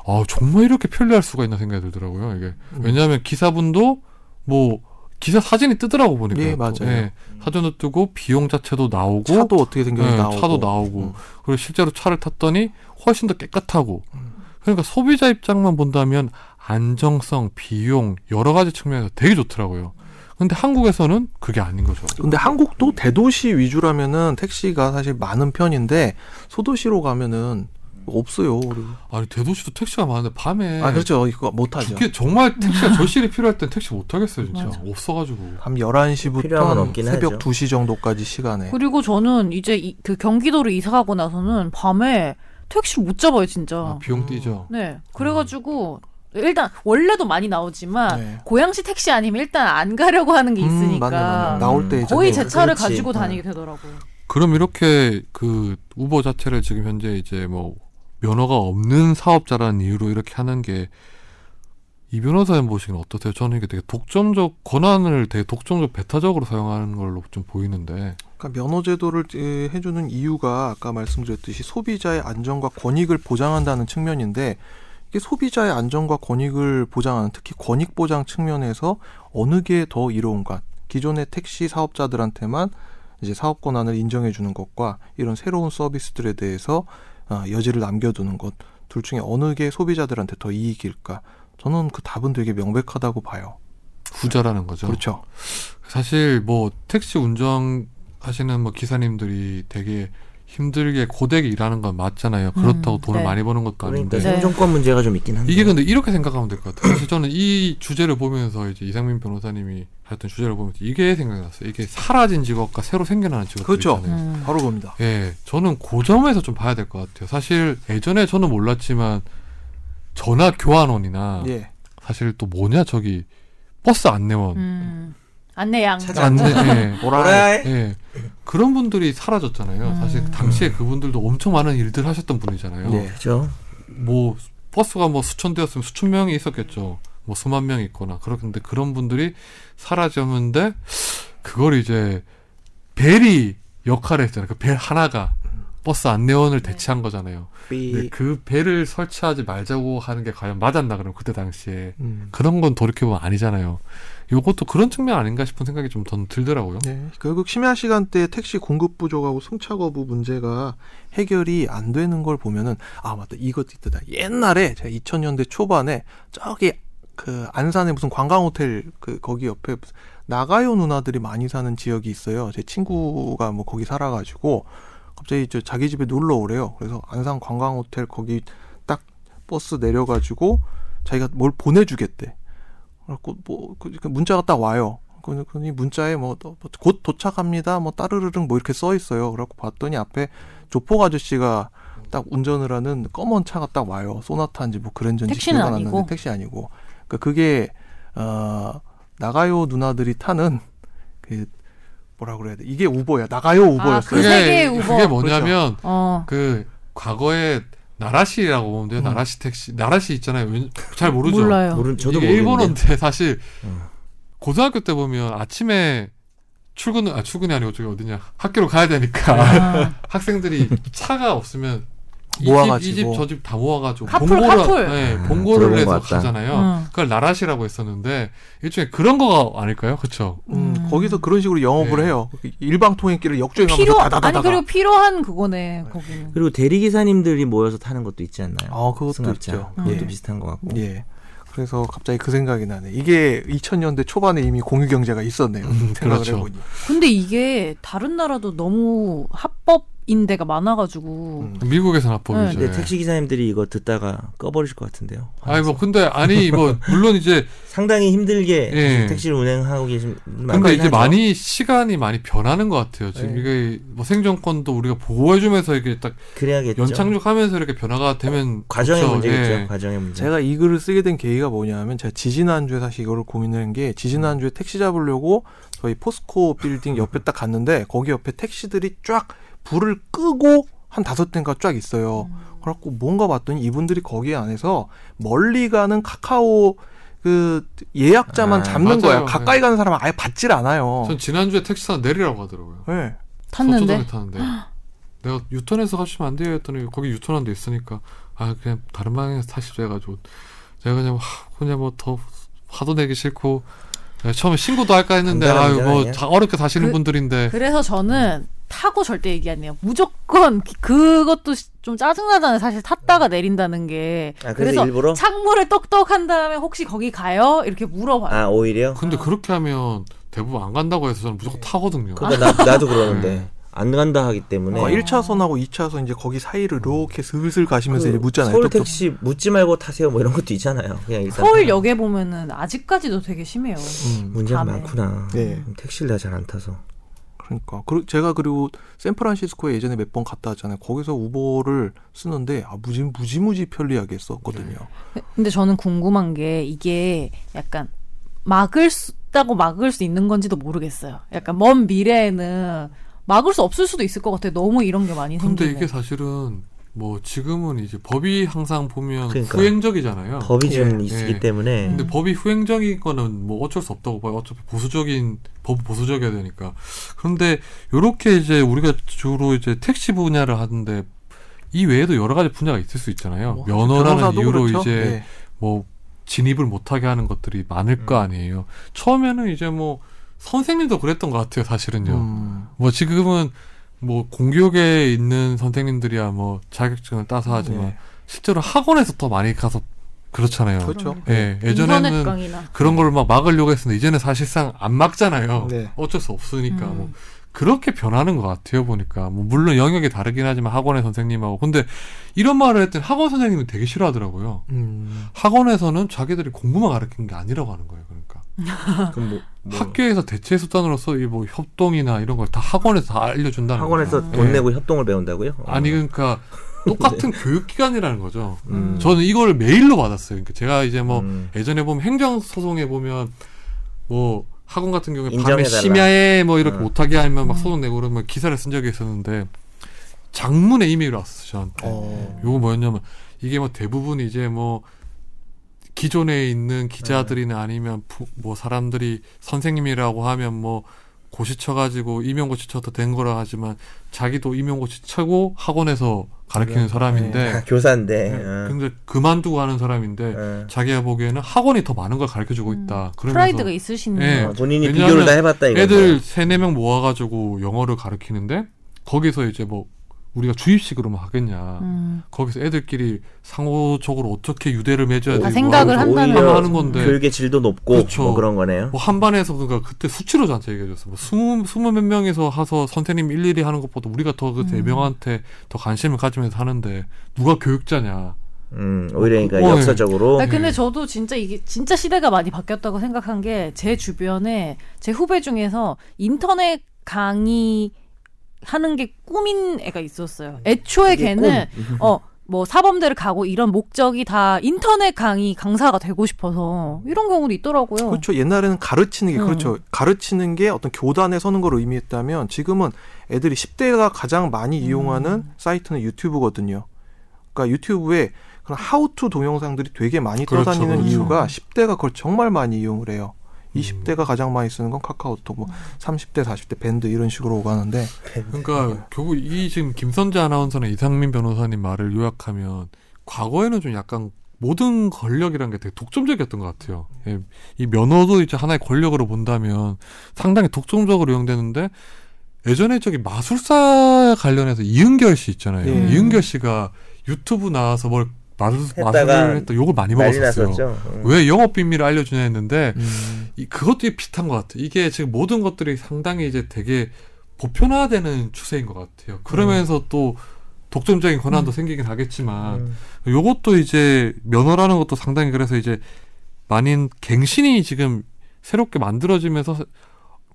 S1: 아, 정말 이렇게 편리할 수가 있나 생각이 들더라고요. 이게.
S2: 음.
S1: 왜냐하면 기사분도 뭐 기사 사진이 뜨더라고 보니까.
S2: 예,
S1: 또.
S2: 맞아요.
S1: 사진도 뜨고 비용 자체도 나오고
S2: 차도 어떻게 생겼는지
S1: 예,
S2: 나오고
S1: 차도 나오고.
S2: 음.
S1: 그리고 실제로 차를 탔더니 훨씬 더 깨끗하고.
S2: 음.
S1: 그러니까 소비자 입장만 본다면 안정성, 비용 여러 가지 측면에서 되게 좋더라고요. 근데 한국에서는 그게 아닌 거죠.
S2: 근데 한국도 대도시 위주라면은 택시가 사실 많은 편인데 소도시로 가면은 없어요. 그리고.
S1: 아니 대도시도 택시가 많은데 밤에
S2: 아 그렇죠. 이거 못 하죠.
S1: 네. 죽게 정말
S2: (laughs)
S1: 택시가 절실히 필요할 땐 택시 못 타겠어요 진짜
S4: 맞아.
S1: 없어가지고
S2: 밤
S3: 필요하면
S2: 11시부터
S3: 없긴
S2: 새벽
S3: 하죠.
S2: 2시 정도까지 시간에
S4: 그리고 저는 이제 이, 그 경기도로 이사가고 나서는 밤에 택시를 못 잡아요, 진짜.
S2: 어.
S1: 아, 비용 뛰죠
S4: 네. 그래가지고 일단 원래도 많이 나오지만
S2: 네.
S4: 고양시 택시 아니면 일단 안 가려고 하는 게
S2: 음,
S4: 있으니까
S2: 맞네, 맞네. 나올
S3: 음.
S2: 때 이제
S4: 거의
S2: 뭐
S4: 제 차를
S3: 그렇지.
S4: 가지고
S3: 네.
S4: 다니게 되더라고요.
S1: 그럼 이렇게 그 우버 자체를 지금 현재 이제 뭐 면허가 없는 사업자라는 이유로 이렇게 하는 게 이 변호사님 보시기는 어떠세요? 저는 이게 되게 독점적 권한을 되게 독점적 배타적으로 사용하는 걸로 좀 보이는데
S2: 그러니까 면허 제도를 예, 해주는 이유가 아까 말씀드렸듯이 소비자의 안전과 권익을 보장한다는 측면인데 이게 소비자의 안전과 권익을 보장하는 특히 권익 보장 측면에서 어느 게 더 이로운가 기존의 택시 사업자들한테만 이제 사업 권한을 인정해 주는 것과 이런 새로운 서비스들에 대해서 아, 여지를 남겨두는 것 둘 중에 어느 게 소비자들한테 더 이익일까 저는 그 답은 되게 명백하다고 봐요
S1: 후자라는 거죠.
S2: 그렇죠
S1: 사실 뭐 택시 운전 하시는 뭐 기사님들이 되게 힘들게 고되게 일하는 건 맞잖아요. 그렇다고
S4: 음,
S1: 돈을
S4: 네.
S1: 많이 버는 것도 아닌데.
S3: 그러니까
S4: 네.
S3: 생존권 문제가 좀 있긴 한데.
S1: 이게 근데 이렇게 생각하면 될 것 같아요. 그래서 저는 이 주제를 보면서 이제 이상민 변호사님이 하였던 주제를 보면서 이게 생각났어요. 이게 사라진 직업과 새로 생겨나는 직업.
S2: 그렇죠.
S1: 있잖아요.
S4: 음.
S2: 바로 겁니다.
S1: 예, 저는 그 점에서 좀 봐야 될 것 같아요. 사실 예전에 저는 몰랐지만 전화 교환원이나
S2: 예.
S1: 사실 또 뭐냐 저기 버스 안내원,
S4: 음. 안내양.
S3: 찾아-
S1: 안내, 예,
S2: 오라이.
S1: 예. 그런 분들이 사라졌잖아요. 사실
S4: 음.
S1: 당시에 그분들도 엄청 많은 일들 하셨던 분이잖아요.
S2: 네.
S3: 그렇죠.
S1: 뭐 버스가 뭐 수천 대였으면 수천 명이 있었겠죠. 뭐 수만 명이 있거나 그렇는데 그런 분들이 사라졌는데 그걸 이제 벨이 역할을 했잖아요. 그 벨 하나가 버스 안내원을
S4: 네.
S1: 대체한 거잖아요. 근데
S3: 삐.
S1: 그 벨을 설치하지 말자고 하는 게 과연 맞았나 그럼 그때 당시에
S2: 음.
S1: 그런 건 돌이켜보면 아니잖아요. 요것도 그런 측면 아닌가 싶은 생각이 좀 더 들더라고요.
S2: 네. 결국 심야 시간대에 택시 공급 부족하고 승차 거부 문제가 해결이 안 되는 걸 보면은 아 맞다 이것도 있다. 옛날에 제가 2000년대 초반에 저기 그 안산에 무슨 관광 호텔 그 거기 옆에 무슨 나가요 누나들이 많이 사는 지역이 있어요. 제 친구가 뭐 거기 살아가지고 갑자기 저 자기 집에 놀러 오래요. 그래서 안산 관광 호텔 거기 딱 버스 내려가지고 자기가 뭘 보내주겠대. 그래갖고 뭐 그- 그 문자가 딱 와요. 그- 그니 문자에 뭐 곧 도착합니다. 뭐 따르르릉 뭐 이렇게 써 있어요. 그래갖고 봤더니 앞에 조폭 아저씨가 딱 운전을 하는 검은 차가 딱 와요. 소나타인지 뭐 그랜저인지
S4: 택시는
S2: 기억 안
S4: 아니고?
S2: 나는데 택시 아니고. 그러니까 그게 어 나가요 누나들이 타는 그 뭐라 그래야 돼? 이게 우버야. 나가요 우버였어요.
S4: 그 세계의 우버.
S1: 그게 뭐냐면
S4: 어.
S1: 그 과거에 나라시라고 보면 돼요. 나라시 택시, 나라시 있잖아요. 왠- 잘 모르죠.
S4: 음. 몰라요.
S3: 모르
S1: 이게
S3: 저도 모르는데.
S1: 일본어인데 사실
S3: 어.
S1: 고등학교 때 보면 아침에 출근 아 출근이 아니고 저기 어디냐 학교로 가야 되니까
S4: 아,
S1: (laughs) 학생들이 차가 없으면
S2: 모아가지고.
S1: 이집저 집 다 모아가지고
S4: 카풀,
S1: 봉고를
S4: 카풀.
S1: 네,
S3: 아,
S1: 봉고를
S3: 들어본 것
S1: 해서
S3: 같다.
S1: 가잖아요.
S4: 음.
S1: 그걸 나라시라고 했었는데 일종의 그런 거가 아닐까요? 그렇죠.
S2: 음,
S4: 음.
S2: 거기서 그런 식으로 영업을
S1: 네.
S2: 해요. 그 일방통행길을 역주행하면서
S4: 필요
S2: 다다다다다.
S4: 아니 그리고 필요한 그거네 거기는.
S3: 그리고 대리기사님들이 모여서 타는 것도 있지 않나요?
S2: 아, 그것도
S3: 승합차.
S2: 있죠.
S4: 음.
S3: 그것도
S1: 네.
S2: 예.
S3: 비슷한 것 같고.
S2: 예. 그래서 갑자기 그 생각이 나네. 이게 2000년대 초반에 이미 공유 경제가 있었네요. 생각을
S1: 그렇죠.
S2: 해보니.
S4: 근데 이게 다른 나라도 너무 합법인 데가 많아가지고
S2: 음.
S4: 네.
S1: 미국에서는 합법이죠. 예.
S3: 근데 택시기사님들이 이거 듣다가 꺼버리실 것 같은데요.
S1: 아니 뭐 근데 아니 뭐 물론 이제
S3: 상당히 힘들게
S1: 예.
S3: 택시를 운행하고 계신
S1: 근데 이제 많이 시간이 많이 변하는 것 같아요. 지금
S2: 네.
S1: 이게 뭐 생존권도 우리가 보호해주면서 이게 딱
S3: 그래야겠죠.
S1: 연착륙하면서 이렇게 변화가 되면
S3: 과정의
S1: 좋죠.
S3: 문제겠죠.
S1: 예.
S3: 과정의 문제.
S2: 제가 이 글을 쓰게 된 계기가 뭐냐면 제가 지지난주에 사실 이거를 고민한 게 지지난주에 택시 잡으려고 저희 포스코 빌딩 옆에 딱 갔는데 거기 옆에 택시들이 쫙 불을 끄고 한 다섯 대인가 쫙 있어요. 그래갖고 뭔가 봤더니 이분들이 거기 안에서 멀리 가는 카카오 그 예약자만
S3: 아,
S2: 잡는
S1: 맞아요. 네.
S2: 거야. 가까이 가는 사람은 아예 받질 않아요.
S1: 전 지난주에 택시 타 내리라고 하더라고요.
S2: 네.
S4: 어. 탔는데
S1: 서초동에 타는데 내가 유턴해서 가시면 안 돼요 했더니 거기 유턴한 데 있으니까 아 그냥 다른 방향에서 타시죠 해가지고 제가 그냥 하, 그냥 뭐 더 화도 내기 싫고 내가 처음에 신고도 할까 했는데
S3: 간단한
S1: 아유
S3: 문제는
S1: 뭐
S3: 아니야.
S1: 다 어렵게 다시는
S4: 그-
S1: 분들인데
S4: 그래서 저는 타고 절대 얘기 안 해요. 무조건 기- 그것도 시- 좀 짜증나잖아요. 사실 탔다가 내린다는 게.
S3: 아, 그래서
S4: 그래서
S3: 일부러?
S4: 창문을 똑똑한 다음에 혹시 거기 가요? 이렇게 물어봐요.
S3: 아 오히려.
S1: 근데 그렇게 하면 대부분 안 간다고 해서 저는
S4: 네.
S1: 무조건 타거든요.
S3: 그러니까 (laughs) 나, 나도
S1: 음.
S3: 그러는데 안 간다 하기 때문에.
S2: 어, 1차선하고 2차선 이제 거기 사이를 이렇게 슬슬 가시면서
S3: 그
S2: 이제 묻잖아요.
S3: 서울
S2: 똑똑.
S3: 택시 묻지 말고 타세요. 뭐 이런 것도 있잖아요. 그냥 일단
S4: 서울역에 보면은 아직까지도 되게 심해요.
S2: 음,
S3: 문제가
S4: 밤에.
S3: 많구나.
S2: 네.
S3: 택시를 내가 잘 안 타서.
S2: 그러니까. 그리고 제가 그리고 샌프란시스코에 예전에 몇 번 갔다 왔잖아요. 거기서 우버를 쓰는데 아, 무지, 무지무지 편리하게
S1: 네.
S2: 썼거든요.
S4: 근데 저는 궁금한 게 이게 약간 막을 수 있다고 막을 수 있는 건지도 모르겠어요. 약간 먼 미래에는 막을 수 없을 수도 있을 것 같아요. 너무 이런 게 많이
S1: 근데
S4: 생기면.
S1: 이게 사실은 뭐 지금은 이제 법이 항상 보면
S3: 그러니까.
S1: 후행적이잖아요.
S3: 법이 좀
S2: 예,
S3: 있기
S1: 어, 예.
S3: 때문에
S1: 근데 법이 후행적인 거는 뭐 어쩔 수 없다고 봐요. 어차피 보수적인 법 보수적이어야 되니까. 그런데 요렇게 이제 우리가 주로 이제 택시 분야를 하는데 이 외에도 여러 가지 분야가 있을 수 있잖아요.
S2: 뭐,
S1: 면허라는
S2: 변호사도
S1: 이유로
S2: 그렇죠.
S1: 이제
S2: 예.
S1: 뭐 진입을 못하게 하는 것들이 많을 거
S2: 음.
S1: 아니에요. 처음에는 이제 뭐 선생님도 그랬던 것 같아요. 사실은요.
S2: 음,
S1: 뭐 지금은 뭐 공교육에 있는 선생님들이야 뭐 자격증을 따서 하지만
S2: 예.
S1: 실제로 학원에서 더 많이 가서 그렇잖아요.
S2: 그렇죠.
S4: 네.
S1: 예,
S4: 인터넷
S1: 예전에는
S4: 강의나
S1: 그런 걸 막 막으려고 했었는데 이제는 사실상 안 막잖아요.
S2: 네.
S1: 어쩔 수 없으니까
S4: 음.
S1: 뭐 그렇게 변하는 것 같아요 보니까 뭐 물론 영역이 다르긴 하지만 학원의 선생님하고 근데 이런 말을 했더니 학원 선생님이 되게 싫어하더라고요.
S2: 음.
S1: 학원에서는 자기들이 공부만 가르치는 게 아니라고 하는 거예요. 그러니까
S3: (laughs) 그럼 뭐, 뭐
S1: 학교에서 대체 수단으로서 이 뭐 협동이나 이런 걸 다 학원에서 다 알려준다는
S3: 학원에서 네.
S1: 거죠.
S3: 돈
S1: 예.
S3: 내고 협동을 배운다고요? 어.
S1: 아니
S3: (laughs)
S1: 그러니까 똑같은 교육기관이라는 거죠.
S3: 음.
S1: 저는 이걸 메일로 받았어요. 그러니까 제가 이제 뭐
S3: 음.
S1: 예전에 보면 행정 소송에 보면 뭐 학원 같은 경우에 밤에
S3: 인정해달라.
S1: 심야에 뭐 이렇게
S3: 음.
S1: 못하게 하면 막 소송 내고 그러면 기사를 쓴 적이 있었는데 장문의 이메일 왔었어 저한테.
S2: 어.
S1: 요거 뭐였냐면 이게 뭐 대부분 이제 뭐 기존에 있는 기자들이나 아니면 부- 뭐 사람들이 선생님이라고 하면 뭐 고시 쳐가지고 임용고시 쳐도 된 거라 하지만 자기도 임용고시 쳐고 학원에서 가르치는
S3: 아,
S1: 사람인데
S3: (laughs)
S1: 네.
S3: 교사인데. 어.
S1: 근데 그만두고 하는 사람인데
S3: 어.
S1: 자기가 보기에는 학원이 더 많은 걸 가르쳐 주고 있다. 그러면서
S4: 음. 프라이드가 있으시네요.
S1: 예.
S3: 어, 본인이
S1: 왜냐하면
S3: 비교를 다 해봤다 뭐 이거.
S1: 애들 세네 명 모아가지고 영어를 가르치는데 거기서 이제 뭐 우리가 주입식으로만 하겠냐.
S4: 음.
S1: 거기서 애들끼리 상호적으로 어떻게 유대를 맺어야 되고
S4: 아, 생각을
S1: 하면서
S4: 한다는
S1: 오히려
S4: 거죠.
S1: 하는 건데
S3: 교육의 질도 높고
S1: 그렇죠.
S3: 뭐 그런 거네요.
S1: 뭐 한반에서 그러니까 그때 수치로 저한테 얘기해줬어. 뭐 스무 스무 몇 명에서 하서 선생님 일일이 하는 것보다 우리가 더
S4: 음.
S1: 그 네 명한테 더 관심을 가지면서 하는데 누가 교육자냐.
S3: 음, 오히려 그러니까
S1: 어, 예.
S3: 역사적으로
S4: 아 근데
S1: 예.
S4: 저도 진짜 이게 진짜 시대가 많이 바뀌었다고 생각한 게 제 주변에 제 후배 중에서 인터넷 강의 하는 게 꿈인 애가 있었어요. 애초에
S3: 그게
S4: 걔는 어 뭐 사범대를 가고 이런 목적이 다 인터넷 강의 강사가 되고 싶어서 이런 경우도 있더라고요.
S2: 그렇죠. 옛날에는 가르치는 게
S4: 음.
S2: 그렇죠. 가르치는 게 어떤 교단에 서는 걸 의미했다면 지금은 애들이 10대가 가장 많이 이용하는
S1: 음.
S2: 사이트는 유튜브거든요. 그러니까 유튜브에 그런 하우투 동영상들이 되게 많이
S1: 그렇죠,
S2: 떠다니는
S1: 그렇죠. 음.
S2: 이유가 10대가 그걸 정말 많이 이용을 해요. 20대가 가장 많이 쓰는 건 카카오톡, 뭐 30대, 40대 밴드 이런 식으로 오가는데
S1: 그러니까 결국 이 지금 김선재 아나운서나 이상민 변호사님 말을 요약하면 과거에는 좀 약간 모든 권력이라는 게 되게 독점적이었던 것 같아요. 예, 이 면허도 이제 하나의 권력으로 본다면 상당히 독점적으로 이용되는데 예전에 저기 마술사 관련해서 이은결 씨 있잖아요.
S2: 네.
S1: 이은결 씨가 유튜브 나와서 뭘 마술,
S3: 예. 했다가
S1: 마술을 했다 욕을 많이
S3: 난리
S1: 먹었었어요.
S3: 났었죠. 음.
S1: 왜 영업 비밀을 알려주냐 했는데
S2: 음.
S1: 이 그것도 이게 비슷한 것 같아요. 이게 지금 모든 것들이 상당히 이제 되게 보편화되는 추세인 것 같아요. 그러면서
S2: 음.
S1: 또 독점적인 권한도 생기긴 하겠지만
S3: 음.
S1: 요것도 이제 면허라는 것도 상당히 그래서 이제 많은 갱신이 지금 새롭게 만들어지면서 사-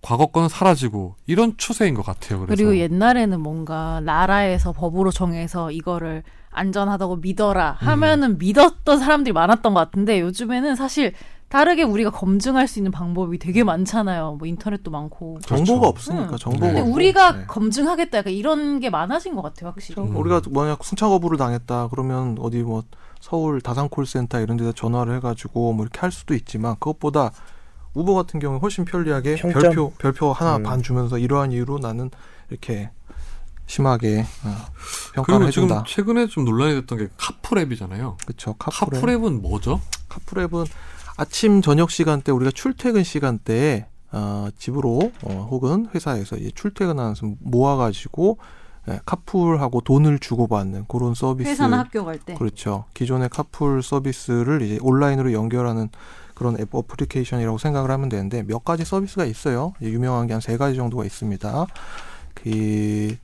S1: 과거 거는 사라지고 이런 추세인 것 같아요. 그래서
S4: 그리고 옛날에는 뭔가 나라에서 법으로 정해서 이거를 안전하다고 믿어라 하면은
S2: 음.
S4: 믿었던 사람들이 많았던 것 같은데 요즘에는 사실 다르게 우리가 검증할 수 있는 방법이 되게 많잖아요. 뭐 인터넷도 많고.
S2: 정보가
S1: 그렇죠.
S2: 없으니까
S4: 음.
S2: 정보가
S4: 근데
S1: 네.
S2: 없고.
S4: 우리가
S2: 네. 그렇죠.
S4: 검증하겠다 약간 이런 게 많아진 것 같아요, 확실히.
S1: 음.
S2: 우리가 만약 승차 거부를 당했다 그러면 어디 뭐 서울 다산 콜센터 이런 데다 전화를 해가지고 뭐 이렇게 할 수도 있지만 그것보다 우버 같은 경우에 훨씬 편리하게
S3: 평점?
S2: 별표 별표 하나
S3: 음.
S2: 반 주면서 이러한 이유로 나는 이렇게 심하게 어, 평가를
S1: 그리고 지금
S2: 해준다.
S1: 최근에 좀 논란이 됐던 게 카풀앱이잖아요.
S2: 그렇죠. 카프랩.
S1: 카풀앱은 뭐죠?
S2: 카프랩은 아침 저녁 시간대 우리가 출퇴근 시간대에 어, 집으로 어, 혹은 회사에서 이제 출퇴근하는 순 모아가지고 예, 카풀하고 돈을 주고받는 그런 서비스.
S4: 회사나 학교 갈 때.
S2: 그렇죠. 기존의 카풀 서비스를 이제 온라인으로 연결하는 그런 앱 어플리케이션이라고 생각을 하면 되는데 몇 가지 서비스가 있어요. 이제 유명한 게 한 세 가지 정도가 있습니다. 그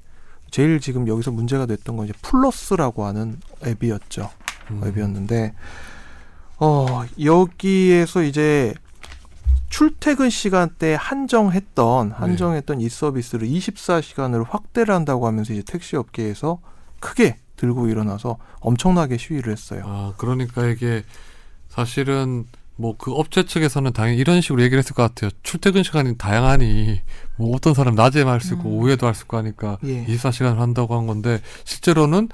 S2: 제일 지금 여기서 문제가 됐던 건 이제 플러스라고 하는 앱이었죠.
S1: 음.
S2: 앱이었는데 어 여기에서 이제 출퇴근 시간대에 한정했던 한정했던 이 서비스를 24시간으로 확대를 한다고 하면서 이제 택시 업계에서 크게 들고 일어나서 엄청나게 시위를 했어요.
S1: 아, 그러니까 이게 사실은 뭐 그 업체 측에서는 당연히 이런 식으로 얘기를 했을 것 같아요. 출퇴근 시간이 다양하니 뭐 어떤 사람 낮에 할 수 있고
S4: 음.
S1: 오후에도 할 수 있고 하니까
S2: 예.
S1: 24시간을 한다고 한 건데 실제로는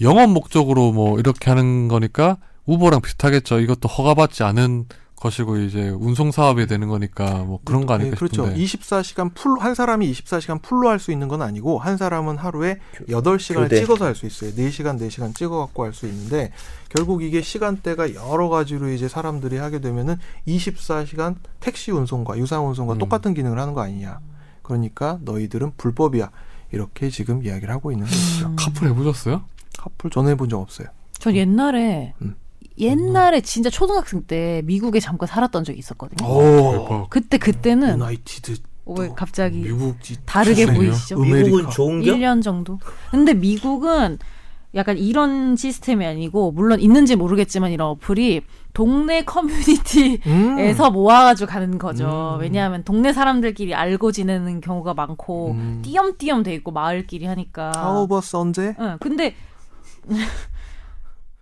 S1: 영업 목적으로 뭐 이렇게 하는 거니까 우버랑 비슷하겠죠. 이것도 허가받지 않은 것이고 이제 운송 사업이 되는 거니까 뭐 그런 거 아닐까
S2: 예, 그렇죠.
S1: 싶은데.
S2: 24시간 풀로 한 사람이 24시간 풀로 할 수 있는 건 아니고 한 사람은 하루에
S3: 교-
S2: 여덟 시간을
S3: 교대.
S2: 찍어서 할 수 있어요. 네시간네시간 찍어 갖고 할 수 있는데 결국 이게 시간대가 여러 가지로 이제 사람들이 하게 되면은 24시간 택시 운송과 유상 운송과
S1: 음.
S2: 똑같은 기능을 하는 거 아니냐. 그러니까 너희들은 불법이야. 이렇게 지금 이야기를 하고 있는 거죠.
S4: 음.
S1: 카풀 해보셨어요?
S2: 카풀 전화해 본 적 없어요.
S4: 전 옛날에
S2: 음.
S4: 옛날에 진짜
S2: 어.
S4: 초등학생 때 미국에 잠깐 살았던 적이 있었거든요.
S2: 오.
S1: 대박.
S4: 그때 그때는
S2: 유나이티드
S4: 왜 갑자기
S2: 미국지
S4: 다르게
S1: 그래요?
S4: 보이시죠?
S3: 미국은
S2: 아메리카.
S3: 좋은 겨?
S4: 1년 정도. 근데 미국은 약간 이런 시스템이 아니고 물론 있는지 모르겠지만 이런 어플이 동네 커뮤니티
S2: 음.
S4: 에서 모아가지고 가는 거죠.
S2: 음.
S4: 왜냐하면 동네 사람들끼리 알고 지내는 경우가 많고
S2: 음.
S4: 띄엄띄엄 돼 있고 마을끼리 하니까.
S2: 사오버 선제
S4: 응, 예, 근데 (laughs)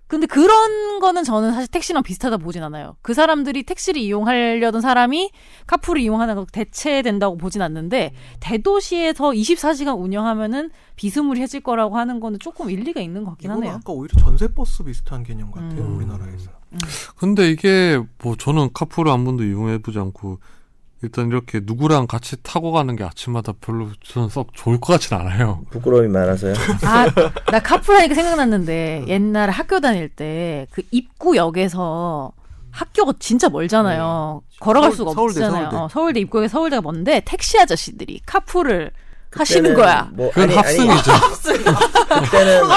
S4: 근데 그런 거는 저는 사실 택시랑 비슷하다 보진 않아요. 그 사람들이 택시를 이용하려던 사람이 카풀을 이용하는 거 대체된다고 보진 않는데 대도시에서 24시간 운영하면은 비스무리해질 거라고 하는 거는 조금 일리가 있는 것 같긴
S2: 이건
S4: 하네요.
S2: 아까 오히려 전세 버스 비슷한 개념 같아요
S4: 음.
S2: 우리나라에서
S1: 근데 이게 뭐 저는 카풀을 한 번도 이용해보지 않고 일단 이렇게 누구랑 같이 타고 가는 게 아침마다 별로 저는 썩 좋을 것 같진 않아요.
S3: 부끄러움이 많아서요.
S2: (laughs)
S4: 아, 나 카풀하니까 생각났는데 옛날에 학교 다닐 때 그 입구역에서 학교가 진짜 멀잖아요. 걸어갈
S2: 네. 서울-
S4: 수가
S2: 서울대,
S4: 없잖아요.
S2: 서울대.
S4: 어, 서울대 입구역에 서울대가 먼데 택시 아저씨들이 카풀을
S2: 그
S4: 하시는 거야.
S3: 뭐
S1: 그건
S3: 아니, 아니,
S1: 합승이죠. (laughs)
S3: 그때는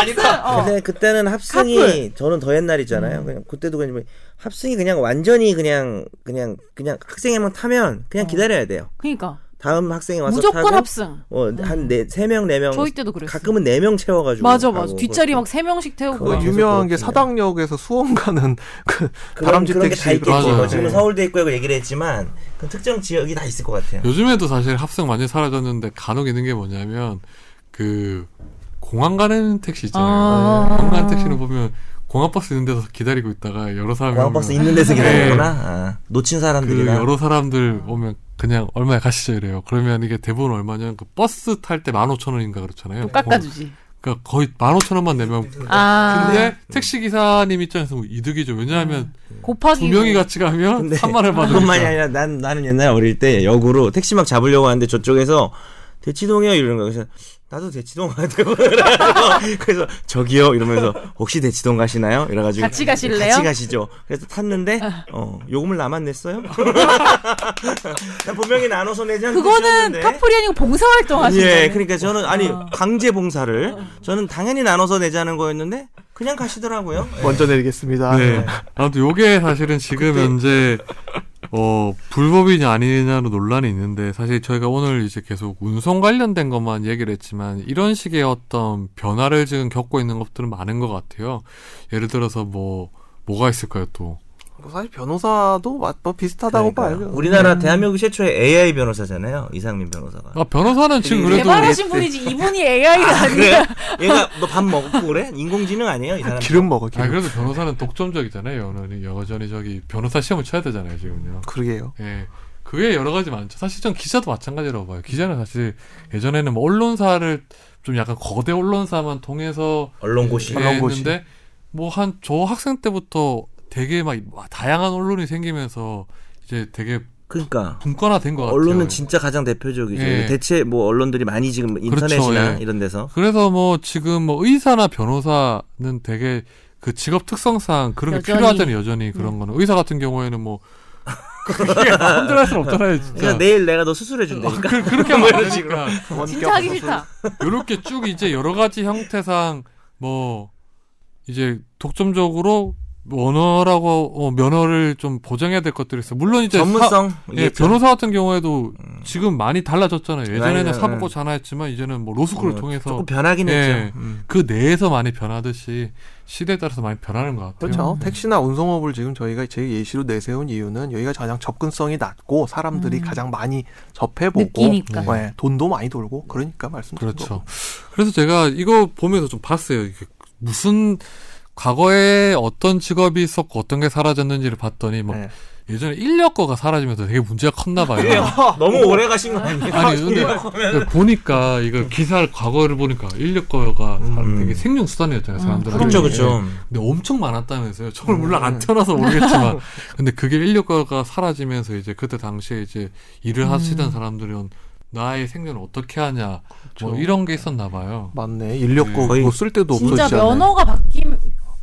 S4: 어.
S3: 근데 그때는 합승이
S4: 카풀.
S3: 저는 더 옛날이잖아요. 그냥 그때도 그냥 뭐 합승이 그냥 완전히 그냥 그냥 그냥 학생이만 타면 그냥 기다려야 돼요.
S4: 그러니까
S3: 다음 학생이 와서
S4: 무조건
S3: 타고 어,
S4: 합승.
S3: 어한네세명네 명
S4: 저희 때도 그랬어.
S3: 가끔은 네 명 채워가지고
S4: 맞아
S3: 가고
S4: 맞아. 뒷자리
S3: 그렇게.
S4: 막 세 명씩 태우고.
S2: 그
S3: 그거
S2: 유명한 게
S3: 그렇군요.
S2: 사당역에서 수원 가는 (laughs) 그
S3: 그런-
S2: 다람쥐
S3: 그런 게다
S2: 택시
S3: 있겠지.
S1: 들어가잖아요.
S3: 뭐 지금
S1: 네.
S3: 서울대 입구라고 얘기를 했지만 그 특정 지역이 다 있을 것 같아요.
S1: 요즘에도 사실 합성 많이 사라졌는데 간혹 있는 게 뭐냐면 그 공항 가는 택시 있잖아요.
S4: 아.
S1: 공항 가는 택시는 보면 공항버스 있는 데서 기다리고 있다가 여러 사람이
S3: 공항버스
S1: 오면
S3: 있는 데서
S1: 네.
S3: 기다리는구나. 아, 놓친
S1: 그
S3: 사람들이나
S1: 여러 사람들 오면 그냥 얼마에 가시죠 이래요. 그러면 이게 대부분 얼마냐면 그 버스 탈 때 15,000원인가 그렇잖아요.
S4: 깎아주지.
S1: 공- 그러니까 거의 15,000원만 내면
S4: 아. 음.
S1: 근데 택시 기사님 입장에서 뭐 이득이죠. 왜냐하면
S4: 곱하기
S1: 두 명이 같이 가면
S3: 근데
S1: 3만 원
S3: 아, 그것만이
S1: 받으니까.
S3: 아니라 난 나는 옛날 어릴 때 역으로 택시 막 잡으려고 하는데 저쪽에서 대치동이요 이러는 거야. 그래서 나도 대치동 가지고 (laughs) 그래서 저기요 이러면서 혹시 대치동 가시나요? 이래가지고
S4: 같이 가실래요? 아.
S3: 같이 가시죠. 그래서 탔는데 어 요금을 나만
S4: (laughs)
S3: 냈어요. 난 분명히 나눠서 내지 않고
S4: 그거는
S3: 주셨는데.
S4: 카풀이 어. 아니고 봉사활동 하시는 거예요.
S3: 예, 그러니까 저는 아니 강제 봉사를
S4: 어.
S3: 저는 당연히 나눠서 내자는 거였는데 그냥 가시더라고요.
S2: 먼저 내리겠습니다.
S1: 네. 아무튼 요게 사실은 지금 현재 어 불법이냐 아니냐로 논란이 있는데 사실 저희가 오늘 이제 계속 운송 관련된 것만 얘기를 했지만 이런 식의 어떤 변화를 지금 겪고 있는 것들은 많은 것 같아요. 예를 들어서 뭐 뭐가 있을까요 또?
S2: 뭐 사실 변호사도 마- 뭐 비슷하다고
S3: 그러니까요. 음.
S2: 봐요.
S3: 우리나라 대한민국 최초의 AI 변호사잖아요. 이상민 변호사가.
S1: 아 변호사는
S4: 음,
S1: 지금 그래도
S4: 개발하신 분이지 이분이 AI가 아니라.
S3: 그래? 얘가 너 밥 먹고 그래? 인공지능 아니에요, 이 사람?
S2: 기름 먹어
S1: 아
S2: 기름.
S1: 그래도 변호사는 독점적이잖아요. 여전히 여전히 저기 변호사 시험을 쳐야 되잖아요 지금요.
S2: 그러게요.
S1: 예. 그게 여러 가지 많죠. 사실 전 기자도 마찬가지라고 봐요. 기자는 사실 예전에는 뭐 언론사를 좀 약간 거대 언론사만 통해서
S3: 언론고시.
S1: 예,
S2: 언론고시.
S1: 했는데 뭐 한 저 학생 때부터 되게 막 다양한 언론이 생기면서 이제 되게
S3: 그러니까
S1: 분권화된 것 같아요.
S3: 언론은 진짜 가장 대표적이죠.
S1: 예.
S3: 대체 뭐 언론들이 많이 지금 인터넷이나
S1: 그렇죠, 예.
S3: 이런 데서
S1: 그래서 뭐 지금 뭐 의사나 변호사는 되게 그 직업 특성상 그런 게
S4: 여전히. 음.
S1: 필요하잖아요. 여전히 그런 거는 의사 같은 경우에는
S3: (laughs)
S1: 뭐 그게 마음대로 할 수는 없잖아요.
S3: 그러니까
S1: 진짜.
S3: 내일 내가 너 수술해 준다니까.
S1: 그, 그렇게 하면 안 되니까.
S4: 진짜 하기 싫다.
S1: 요렇게 쭉 이제 여러 가지 형태상 뭐 이제 독점적으로 언어라고 어, 면허를 좀 보장해야 될 것들이 있어. 요 물론 이제 사-
S3: 전문성.
S1: 예,
S3: 이게 좀-
S1: 변호사 같은 경우에도 지금 많이 달라졌잖아요. 예전에는
S3: 많이
S1: 사법고사 하나 했지만 이제는 뭐 로스쿨을
S3: 어,
S1: 통해서
S3: 조금 변하긴
S1: 예.
S3: 했죠. 음.
S1: 그 내에서 많이 변하듯이 시대에 따라서 많이 변하는 것 같아요.
S2: 그렇죠. 택시나 운송업을 지금 저희가 제 예시로 내세운 이유는 여기가 가장 접근성이 낮고 사람들이
S4: 음.
S2: 가장 많이 접해보고
S4: 느끼니까.
S1: 네.
S2: 예, 돈도 많이 돌고 그러니까 말씀드린
S1: 그렇죠. 그래서 제가 이거 보면서 좀 봤어요. 이게 무슨 과거에 어떤 직업이 있었고 어떤 게 사라졌는지를 봤더니 뭐
S2: 네.
S1: 예전에 인력거가 사라지면서 되게 문제가 컸나 봐요.
S3: 어, 너무 오래 가신 거 아니에요?
S1: 뭐, 아니 근데 보니까 이거 기사를 과거를 보니까 인력거가 사람 되게 생존 수단이었잖아요 사람들한테.
S3: 음. 그렇죠, 그렇죠.
S1: 근데 엄청 많았다면서요. 저걸 물론 안 태어나서 모르겠지만 근데 그게 인력거가 사라지면서 이제 그때 당시에 이제 일을 하시던 사람들은 나의 생존을 어떻게 하냐 뭐
S2: 그렇죠.
S1: 이런 게 있었나 봐요.
S2: 맞네. 인력거
S3: 거의
S2: 그거 쓸 때도
S4: 진짜
S2: 없어지잖아요.
S4: 면허가 바뀌면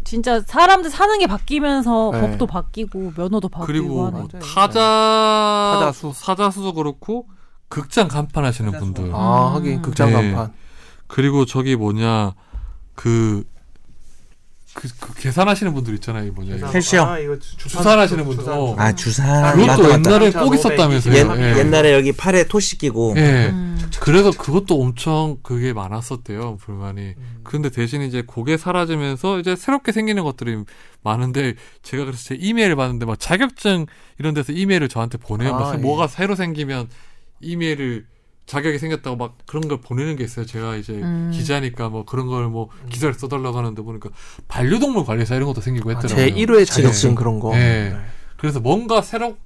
S4: 진짜 사람들 사는 게 바뀌면서
S2: 네.
S4: 법도 바뀌고 면허도 바뀌고
S1: 그리고
S4: 하는.
S1: 뭐
S2: 맞아요.
S1: 타자
S2: 타자수.
S1: 사자수도 그렇고 극장 간판 하시는 분들
S2: 아 하긴 극장
S1: 네.
S2: 간판.
S1: 그리고 저기 뭐냐 그 그, 그 계산하시는 분들 네. 있잖아요. 이 뭐냐. 이거.
S3: 캐시어.
S2: 아, 이거 주- 주산-
S1: 주산하시는 분들.
S2: 주산.
S1: 어.
S3: 아 주사.
S2: 그것도
S3: 맞다,
S1: 그것도
S3: 맞다.
S1: 옛날에
S2: 맞다.
S1: 꼭 있었다면서요.
S3: 옛,
S1: 예.
S3: 옛날에 아, 여기 팔에 토시 끼고.
S1: 예.
S4: 음.
S1: 그래서 그것도 엄청 그게 많았었대요. 불만이. 근데 대신 이제 그게 사라지면서 이제 새롭게 생기는 것들이 많은데 제가 그래서 제 이메일을 봤는데 막 자격증 이런 데서 이메일을 저한테 보내요. 막
S2: 아, 예.
S1: 뭐가 새로 생기면 이메일을 자격이 생겼다고 막 그런 걸 보내는 게 있어요. 제가 이제
S4: 음.
S1: 기자니까 뭐 그런 걸 뭐
S2: 음.
S1: 기사를 써달라고 하는데 보니까 반려동물 관리사 이런 것도 생기고
S2: 아,
S1: 했더라고요.
S2: 제 1회
S1: 지금.
S2: 자격증 그런 거.
S1: 예. 그래서 뭔가 새로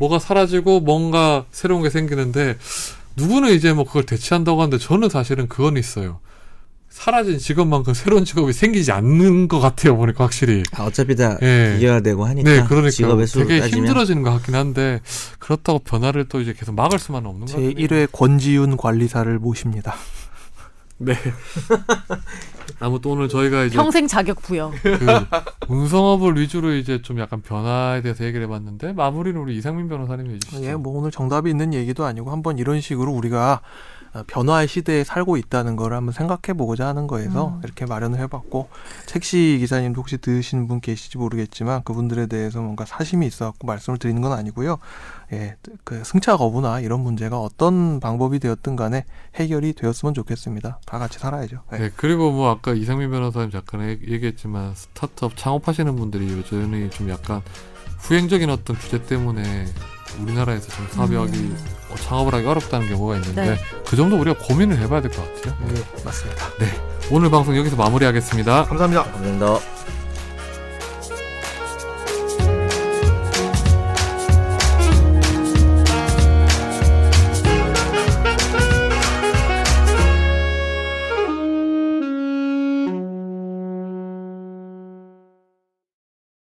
S1: 뭐가 사라지고 뭔가 새로운 게 생기는데 누구는 이제 뭐 그걸 대체한다고 하는데 저는 사실은 그건 있어요. 사라진 직업만큼 새로운 직업이 생기지 않는 것 같아요 보니까 확실히.
S3: 아, 어차피 다
S1: 예.
S3: 이겨야 되고 하니까.
S1: 네, 그러니까
S3: 직업의 수로
S1: 되게
S3: 따지면.
S1: 힘들어지는 것 같긴 한데 그렇다고 변화를 또 이제 계속 막을 수만은 없는 것
S2: 제
S1: 같아요.
S2: 1회 권지윤 관리사를 모십니다.
S1: 네. 아무튼 오늘 저희가 이제
S4: 평생 자격 부여.
S1: 그 운성업을 위주로 이제 좀 약간 변화에 대해서 얘기를 해봤는데 마무리는 우리 이상민 변호사님이 해주시죠.
S2: 예, 뭐 오늘 정답이 있는 얘기도 아니고 한번 이런 식으로 우리가 어, 변화의 시대에 살고 있다는 걸 한번 생각해 보고자 하는 거에서
S4: 음.
S2: 이렇게 마련을 해봤고 택시 기사님도 혹시 들으신 분 계실지 모르겠지만 그분들에 대해서 뭔가 사심이 있어갖고 말씀을 드리는 건 아니고요. 예, 그 승차 거부나 이런 문제가 어떤 방법이 되었든 간에 해결이 되었으면 좋겠습니다. 다 같이 살아야죠. 예.
S1: 네, 그리고 뭐 아까 이상민 변호사님 잠깐 얘- 얘기했지만 스타트업 창업하시는 분들이 요즘에 좀 약간 후행적인 어떤 규제 때문에 우리나라에서 좀 사업하기, 어, 창업을 하기 어렵다는 경우가 있는데
S4: 네.
S1: 그 정도 우리가 고민을 해봐야 될 것 같아요.
S2: 예, 맞습니다.
S1: 오늘 방송 여기서 마무리하겠습니다.
S2: 감사합니다.
S3: 감사합니다.